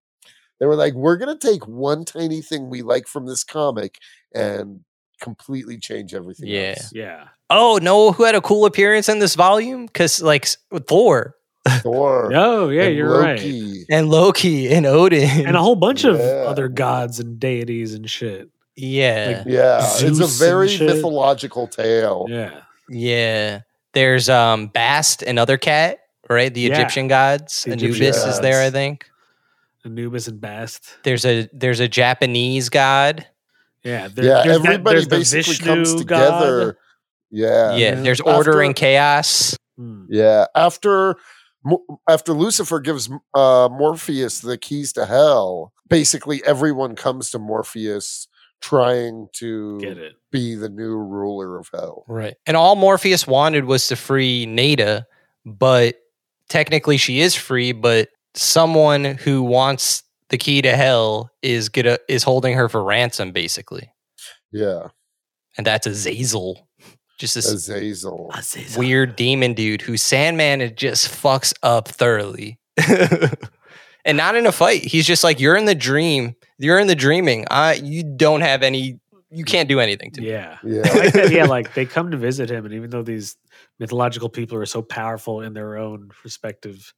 they were like, we're gonna take one tiny thing we like from this comic and completely change everything.
Yeah.
else.
Yeah,
oh, no, who had a cool appearance in this volume? Because like s- Thor
Thor.
no, yeah,
and
you're right.
Loki.
and Loki and Odin.
And a whole bunch of
Yeah.
other gods and deities and shit.
yeah.
Like,
Yeah,
Zeus
it's a very
and shit.
mythological tale.
Yeah,
Yeah. There's um Bast, another cat, right? The
Yeah.
Egyptian gods.
The
Anubis
Egyptian
is there, I
gods.
think.
Anubis and Bast.
There's a there's a Japanese god.
Yeah, there-
Yeah,
there's that-
everybody
there's the
basically
Vishnu
comes
god.
together.
Yeah.
Yeah, yeah,
There's
After-
order and chaos.
Hmm.
After Mo- after Lucifer gives uh, Morpheus the keys to hell, basically everyone comes to Morpheus trying
Get
to
it?
be the new ruler of hell.
Right. And all Morpheus wanted was to free Nada, but technically she is free, but someone who wants the key to hell is gonna is holding her for ransom basically,
Yeah.
and that's Azazel, just this
Azazel.
weird demon dude who Sandman it just fucks up thoroughly. and not in a fight. He's just like, you're in the dream. You're in the dreaming. I you don't have any you can't do anything to me.
Yeah. I
Yeah.
like that, yeah, like they come to visit him, and even though these mythological people are so powerful in their own respective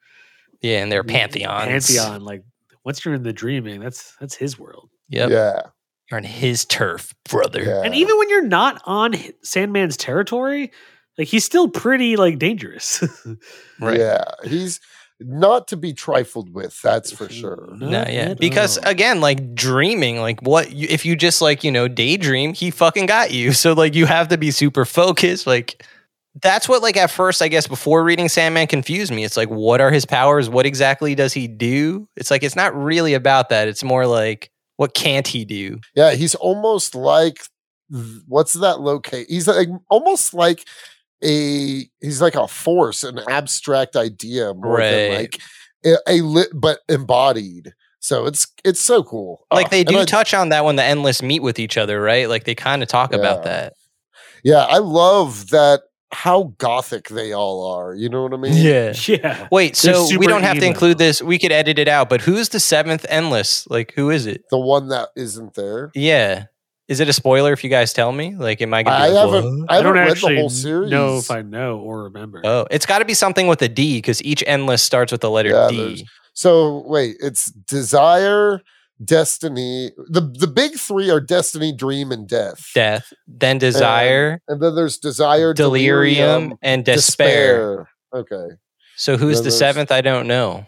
Yeah, and they're pantheons.
pantheon, like once you're in the dreaming, that's that's his world.
Yep.
Yeah.
You're on his turf, brother.
Yeah.
And even when you're not on h- Sandman's territory, like he's still pretty like dangerous.
Right.
Yeah. He's not to be trifled with, that's for
Mm-hmm.
sure.
No,
No, yeah. Because again, like dreaming, like what you, if you just like, you know, daydream, he fucking got you. So like you have to be super focused. Like that's what like at first, I guess before reading Sandman confused me. It's like what are his powers? What exactly does he do? It's like it's not really about that. It's more like what can't he do?
Yeah, he's almost like what's that locate? He's like almost like a he's like a force, an abstract idea more than
Right.
like a, a lit but embodied. So it's it's so cool.
Like
Ah,
they
and
do
I-
touch on that when the endless meet with each other, right? Like they kind of talk about
Yeah.
that.
yeah, I love that how gothic they all are. You know what I mean?
Yeah.
yeah,
Wait,
They're
so we
super
don't have to
emo.
include this. We could edit it out, but who's the seventh endless? Like who is it?
The one that isn't there.
Yeah. Is it a spoiler if you guys tell me? Like, am I going
I
to be like,
haven't
"What?"
I
I
haven't
don't
read
actually
the whole series. Uh,
know if I know or remember.
Oh, it's got to be something with a D because each endless starts with the letter
Yeah, there's-
D.
So wait, it's desire, destiny. The the big three are destiny, dream, and death.
Death, then desire,
And then there's desire,
delirium,
delirium,
and despair.
Okay.
So who's
Then
the
there's-
seventh? I don't know.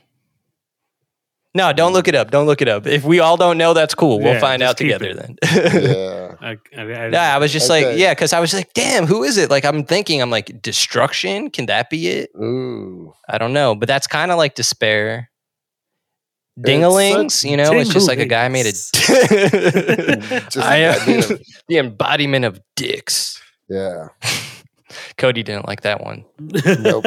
No, don't look it up. Don't look it up. If we all don't know, that's cool. We'll
Yeah,
find
just
out
keep
together then.
Yeah.
I, I, I-
Yeah, I was just like,
Okay.
yeah, because I was like, damn, who is it? Like, I'm thinking, I'm like, destruction? Can that be it?
Ooh.
I don't know, but that's kind of like despair. Dingalings, you know, it's just like a guy made a.
Just
I
that bit
am
of-
the embodiment of dicks.
yeah.
Cody didn't like that one.
Nope.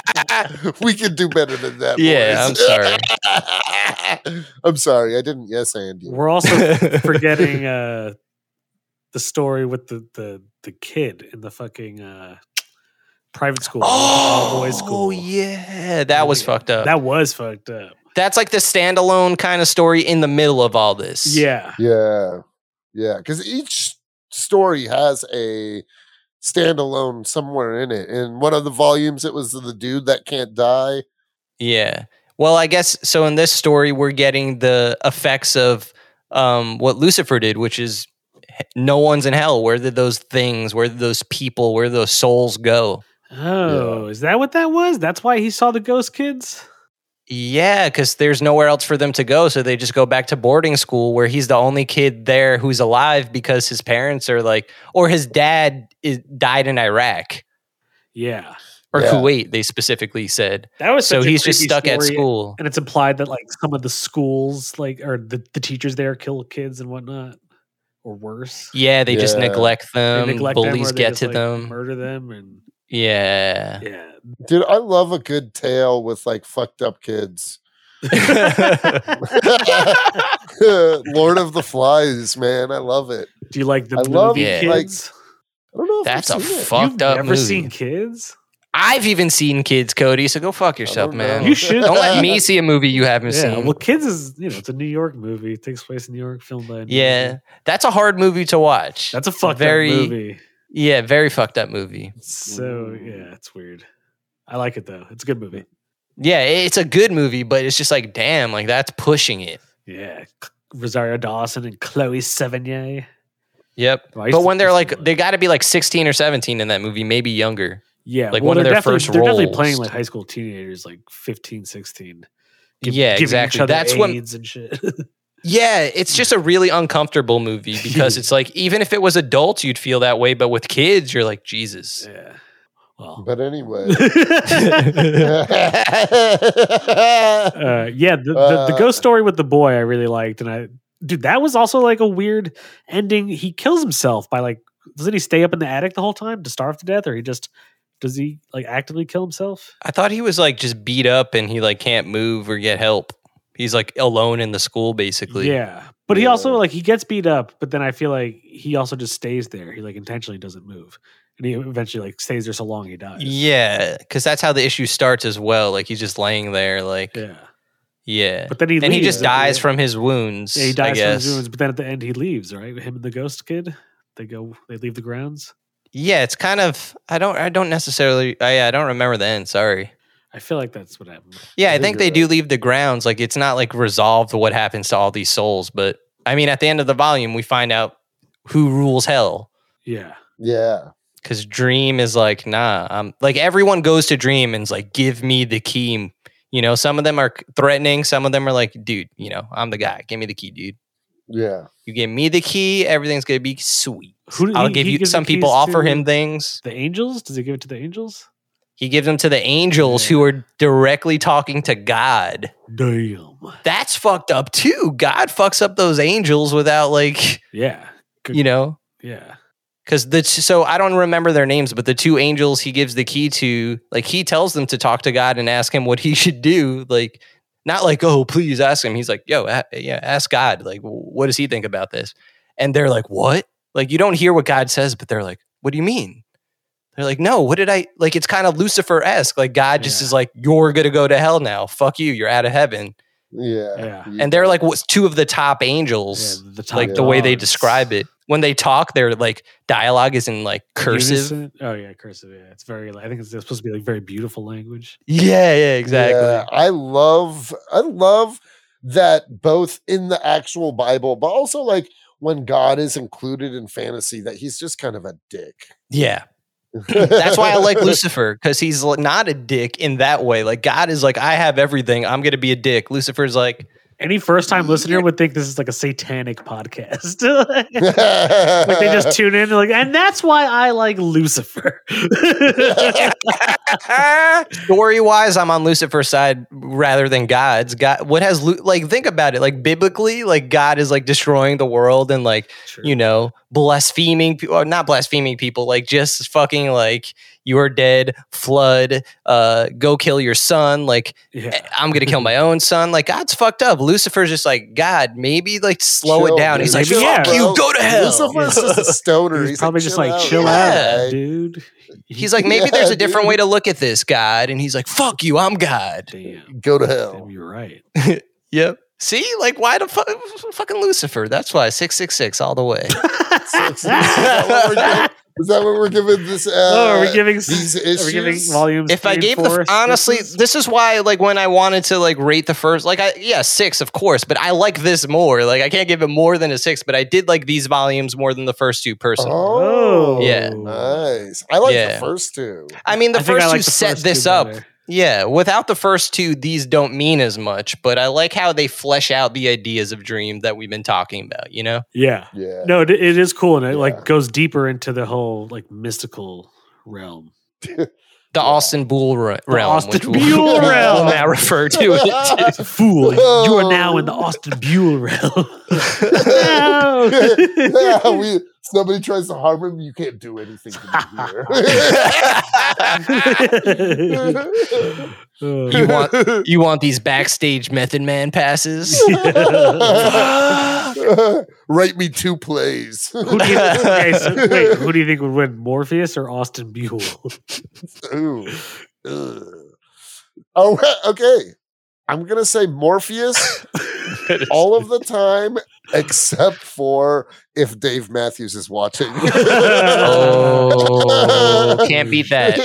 we could do better than that.
yeah, I'm
boys.
sorry.
I'm sorry. I didn't yes and you.
We're also forgetting uh the story with the the the kid in the fucking uh private school all boys
Oh
school
yeah, that was
Yeah.
fucked up.
that was fucked up
That's like the standalone kind of story in the middle of all this.
yeah
Yeah. Yeah. Because each story has a standalone somewhere in it. In one of the volumes, it was the dude that can't die.
Yeah. Well, I guess so. In this story, we're getting the effects of um, what Lucifer did, which is h- no one's in hell. Where did those things, where did those people, where did those souls go?
oh is that what that was that's why he saw the ghost kids
Yeah, because there's nowhere else for them to go. So they just go back to boarding school where he's the only kid there who's alive because his parents are like, or his dad is, died in Iraq
yeah
or
Yeah.
Kuwait, they specifically said.
that was
So
such a
he's just
creepy
stuck at
story,
school.
and it's implied that like some of the schools like or the, the teachers there kill kids and whatnot or worse
Yeah, they just
Yeah.
neglect them.
they neglect them
bullies
or they
get
just,
to
like,
them.
murder them and
Yeah.
yeah
Dude, I love a good tale with like fucked up kids. Lord of the Flies, man. I love it.
Do you like the
I
movie
love,
Yeah.
like,
Kids?
I don't know if
That's a
I've seen it.
fucked
You've
up
never
movie.
seen Kids?
I've even seen kids, Cody. So go fuck yourself,
don't
man.
know.
You should.
Don't let me see a movie you haven't
Yeah,
seen.
well, Kids is you know it's a New York movie. It takes place in New York, filmed by. a New
yeah,
Yorker.
that's a hard movie to watch.
that's a fucked
very-
up movie.
yeah, very fucked up movie.
So
Mm.
yeah, it's weird. I like it though. It's a good movie.
Yeah, it's a good movie, but it's just like, damn, like that's pushing it.
Yeah, C- Rosario Dawson and Chloe Sevigny.
Yep.
Oh, I used
But
to
when they're
just
like,
love-
they got to be like 16 or 17 in that movie, maybe younger.
yeah,
like,
well,
one of
they're
their
definitely-
first
They're definitely
roles.
playing like high school teenagers, like 15, 16. Give-
yeah,
giving Each
exactly.
other
That's
AIDS
when.
and shit.
Yeah, it's just a really uncomfortable movie because it's like, even if it was adults, you'd feel that way. But with kids, you're like, Jesus.
yeah. Well.
But anyway.
uh, yeah, the, the, the
Uh,
ghost story with the boy I really liked, and I dude, that was also like a weird ending. He kills himself by like, doesn't he stay up in the attic the whole time to starve to death, or he just Does he like actively kill himself?
I thought he was like just beat up and he like can't move or get help. He's like alone in the school basically.
Yeah. But he
Yeah.
also like he gets beat up, but then I feel like he also just stays there. He like intentionally doesn't move. And he eventually like stays there so long he dies.
Yeah, because that's how the issue starts as well. Like he's just laying there, like yeah.
Yeah. But then he
and he
leaves
just
at the
dies
end.
from his wounds.
Yeah, he
I
dies from
guess.
his wounds, but then at the end he leaves, right? Him and the ghost kid. They go they leave the grounds.
Yeah, it's kind of. I don't. I don't necessarily. I, I don't remember the end. Sorry.
I feel like that's what happened.
Yeah, I,
I think
think they do
you're
leave the grounds. Like it's not like resolved what happens to all these souls, but I mean, at the end of the volume, we find out who rules hell.
Yeah.
Yeah.
Because Dream is like, nah. Um, like everyone goes to Dream and's like, give me the key. You know, some of them are threatening. Some of them are like, dude, you know, I'm the guy. Give me the key, dude.
Yeah.
You give me the key, everything's gonna be sweet.
Who-
I'll
he-
give
he
you.
gives the
Some people
keys
offer
to-
him things.
The angels? Does he give it to the angels?
He gives them to the angels who are directly talking to God.
Damn.
That's fucked up too. God fucks up those angels without like
Yeah. Good-
you know
Yeah.
because the t- so I don't remember their names, but the two angels he gives the key to, like he tells them to talk to God and ask him what he should do, like. Not like, oh, please ask him. He's like, yo, a- yeah, ask God. Like, what does he think about this? And they're like, what? Like, you don't hear what God says, but they're like, what do you mean? They're like, no, what did I like? It's kind of Lucifer esque. Like, God just
Yeah.
is like, you're going to go to hell now. Fuck you. You're out of heaven.
Yeah.
Yeah.
You-
And they're like, what's two of the top
Yeah,
angels?
the top
like the way they
dogs.
describe it. When they talk, their like dialogue is in like cursive.
Unison? Oh yeah, cursive. Yeah, it's very. I think it's supposed to be like very beautiful language.
Yeah, yeah, exactly.
Yeah, I love I love that both in the actual Bible, but also like when God is included in fantasy, that he's just kind of a dick.
Yeah. That's why I like Lucifer because he's l- not a dick in that way. Like God is like, I have everything. I'm gonna be a dick. Lucifer's like,
Any first time listener
Yeah.
would think this is like a satanic podcast. like they just tune in, like, and that's why I like Lucifer.
story wise, I'm on Lucifer's side rather than God's. God, what has Lu- like? Think about it. Like biblically, like God is like destroying the world and like
True.
you know, blaspheming people, or not blaspheming people, like just fucking like you are dead, flood, uh, go kill your son, like eh,
yeah.
I'm gonna kill my own son, like God's fucked up. Lucifer's just like God, maybe like slow
Chill,
it down.
dude.
He's like,
Maybe, yeah.
fuck you, go to hell.
Lucifer's
Yeah.
just a stoner.
He's,
He's,
probably
like,
just like chill
Yeah.
out, dude.
He's like, maybe
Yeah,
there's a different
dude.
way to look at this, God, and he's like, fuck you, I'm God.
damn,
Go to
damn,
hell.
you're right.
Yep. See, like, why the fuck, fucking Lucifer? That's why six six six all the way.
Is that what we're doing? Is that what we're giving this? Uh,
oh, are we giving?
these
Are we giving
issues?
volumes?
if I
three
gave
and
the
four
f- honestly,
spaces?
this is why like when I wanted to like rate the first, like I yeah six of course, but I like this more. Like I can't give it more than a six, but I did like these volumes more than the first two personally.
oh,
Yeah.
nice. I like
Yeah.
the first two.
I mean, the
I think I
first
like
two
the
set
first
this
two
up.
better.
Yeah, without the first two, these don't mean as much. But I like how they flesh out the ideas of Dream that we've been talking about. You know?
Yeah.
Yeah.
No, it, it is cool, and it
Yeah.
like goes deeper into the whole like mystical realm.
The
Yeah.
Austin Bull re-
The
realm,
Austin
which we'll,
Buell
we'll
realm.
now refer to it.
Fool, you are now in the Austin Buell realm.
yeah,
no.
we somebody tries to harm him, you can't do anything to me here.
you want you want these backstage Method Man passes?
Write me two plays.
who do you, okay, so, wait, who do you think would win, Morpheus or Austin Buell?
Ooh. Ugh. All right, okay. I'm gonna say Morpheus all of the time, except for if Dave Matthews is watching.
oh, can't beat that.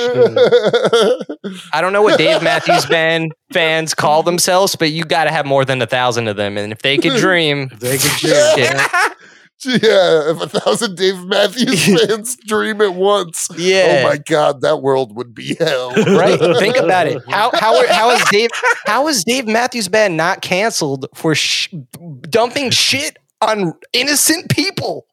I don't know what Dave Matthews Band fans call themselves, but you got to have more than a thousand of them. And if they could dream,
If they could
dream.
yeah,
Yeah, if a thousand Dave Matthews fans dream at once,
yeah.
oh my god, that world would be hell.
right. Think about it. How how are- how is Dave how is Dave Matthews Band not canceled for sh- dumping shit on innocent people?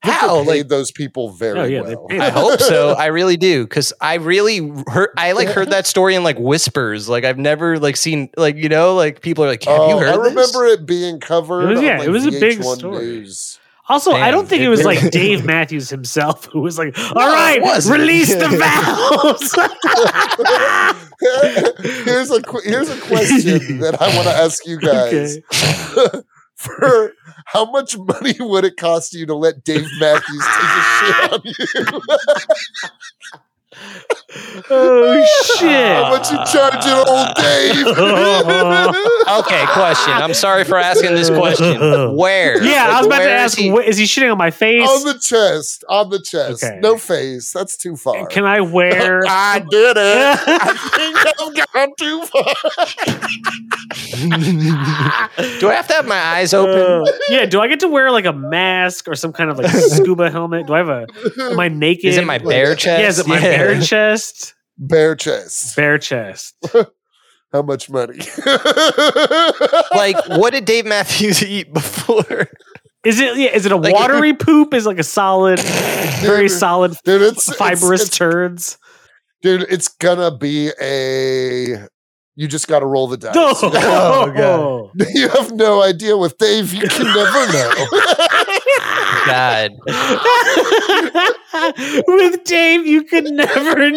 How
paid
like
those people very
Oh, yeah, they
well.
paid
I hope so. I really do because I really heard. I like heard that story in like whispers. Like I've never like seen like you know like people are like, have
Oh,
you heard?
I
this?"
remember it being covered.
It was-
on,
yeah,
like,
it was a big
VH1
story.
News.
Also, I
Damn,
don't think
it
it was
really-
like Dave Matthews himself who was like, "All
it
right,
wasn't."
release the valves."
here's a qu- here's a question that I want to ask you guys. For how much money would it cost you to let Dave Matthews take a shit on you?
oh shit!
How much you charging old Dave?
Okay, question. I'm sorry for asking this question. Where?
yeah, I
Like,
was about to
where is
ask,
he-
wh- is he shitting on my face?
on the chest, on the chest,
Okay.
no face. That's too far.
Can I wear?
Ah,
I did it. I think I've gone too far.
Do I have to have my eyes open?
Uh, yeah, do I get to wear like a mask or some kind of like scuba helmet? Do I have a am I naked?
is it my bare chest?
Yeah, is it my bare chest?
Bare chest.
Bare chest.
How much money?
Like, what did Dave Matthews eat before?
Is it yeah, is it a
Like-
watery poop? Is it like a solid, very solid
dude, it's it's-
fibrous
it's-
turds?
dude, it's gonna be a. You just got to roll the dice.
Oh, God.
You have no idea with Dave. You can never know.
God.
With Dave, you could never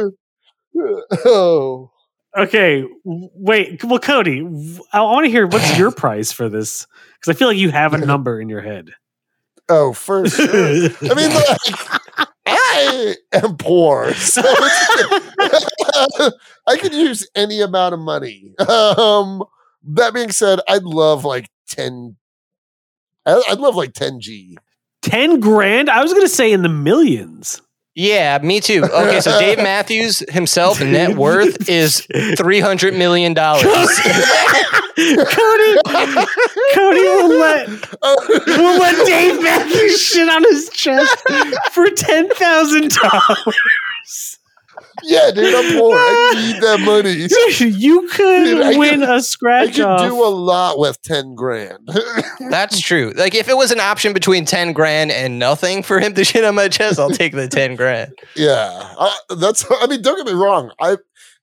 know.
oh,
okay, w- wait. Well, Cody, w- I want to hear what's your price for this because I feel like you have a number in your head.
oh, for sure. I mean, like, I am poor, so it's- I could use any amount of money. Um, that being said, I'd love like ten. I- I'd love like ten G.
Ten grand? I was gonna say in the millions.
Yeah, me too. Okay, so Dave Matthews himself, net worth is $300 million.
Cody, Cody will let will let Dave Matthews shit on his chest for ten thousand dollars.
yeah, dude, I'm poor. I need that money.
You could
Dude, I
win
could-
a
I
scratch
could
off.
do a lot with ten grand.
That's true. Like, if it was an option between 10 grand and nothing for him to shit on my chest, I'll take the 10 grand.
Yeah, I, that's. I mean, don't get me wrong. I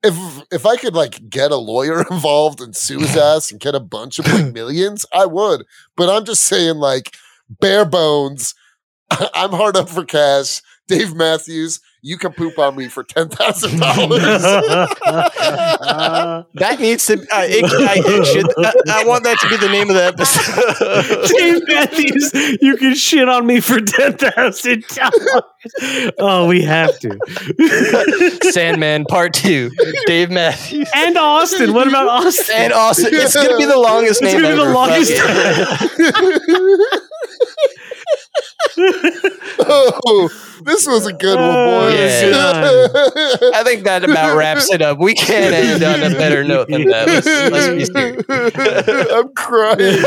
if if I could like get a lawyer involved and sue his ass and get a bunch of like millions, I would. But I'm just saying, like bare bones. I'm hard up for cash. Dave Matthews, you can poop on me for ten thousand dollars.
That needs to. I it, I, it should, I, I want that to be the name of the episode.
Dave Matthews, you can shit on me for ten thousand dollars. Oh, we have to.
Sandman Part Two. Dave Matthews
and Austin. What about Austin?
and Austin. It's gonna be the longest
It's
name.
gonna be the
ever. Fuck
longest
it.
oh, this was a good one,
Oh,
boys.
yeah.
I think that about wraps it up. We can't end on a better note than that. Let's, let's be serious.
I'm crying.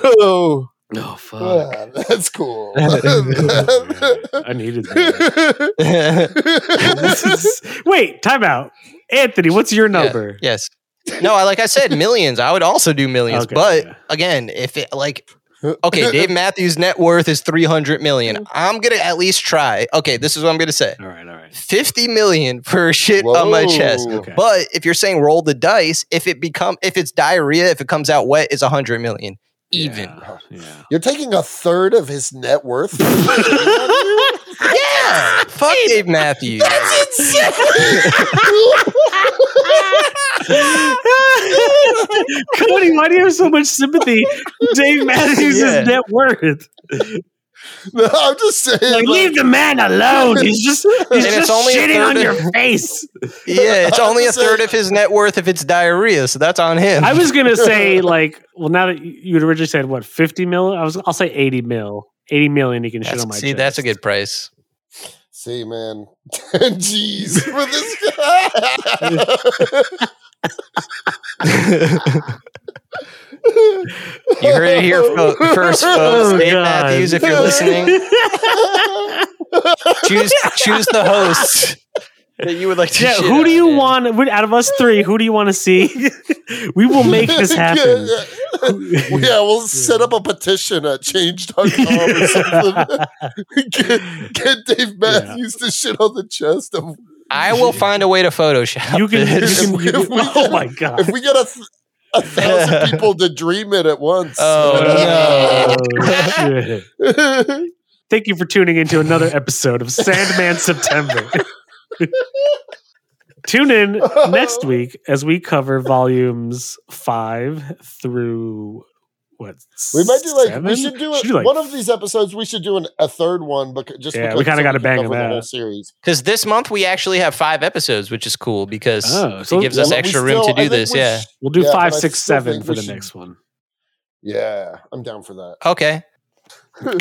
Oh,
oh,
Oh fuck!
ah, that's cool.
I needed that. This is- wait, time out. Anthony, what's your number?
yes. No, I like I said, millions. I would also do millions,
Okay,
but
yeah.
again, if it like okay, Dave Matthews' net worth is three hundred
Mm.
million. I'm gonna at least try. Okay, this is what I'm gonna say.
All right, all right.
50 million for shit on my chest.
Whoa.
Okay.
But if you're saying roll the dice, if it become if it's diarrhea, if it comes out wet, it's 100 million even.
Yeah. yeah.
You're taking a third of his net worth.
Oh. Yeah. Fuck Dave Matthews.
that's insane.
Cody, why do you have so much sympathy? Dave Matthews
Yeah.
is net worth.
no, I'm just saying.
Like,
like-
leave the man alone. He's just he's
And it's
just
only a
shitting on
third
your
of-
face.
Yeah, it's only a
That's it.
third of his net worth if it's diarrhea, so that's on him.
I was gonna say like, well, now that you you had originally said what fifty mil, I was I'll say eighty mil, eighty million. You can shit
That's-
on my.
see, that's a
chest.
good price.
See, man. Jeez, for this guy.
You heard it here fo- first, folks.
Oh,
Dave
God.
Matthews, if you're listening, choose choose the host that you would like to.
yeah,
shit
who do
on
you
in.
want would- out of us three? Who do you want to see? we will make this happen.
Yeah, we'll set up a petition at change.com or something. get, get Dave Matthews to shit on the chest of
I will find a way to Photoshop.
You can, you
this.
can, you can-
If we-
oh my god.
If we get a, th- a thousand people to dream it at once.
Oh,
Oh, shit. Thank you for tuning into another episode of Sandman September. Tune in next week as we cover volumes five through what?
We might do like we
seven?
should do,
Should
it.
do, like,
one of these episodes. We should do an, a third one, but just
Yeah,
because
we kinda
so
gotta
can
bang
cover
them
the whole
out.
series.
Because this month we actually have five episodes, which is cool because
Oh,
it
so-
gives
Well,
us
but we
extra room
still-
to
I
do
think
this.
we
Yeah.
sh-
We'll do
Yeah,
five,
but I
six,
still
seven
think
for
we
the
should-
next one.
yeah, I'm down for that.
Okay.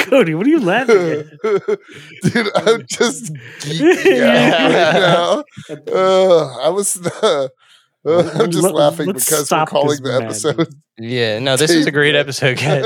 Cody, what are you laughing at?
Dude, I'm just geeking
Yeah.
out right now. Ugh, I was uh, I'm just
Let-
laughing
let's
because we're
stop this
calling the
madness.
episode.
Yeah. No, this is a great episode, guys.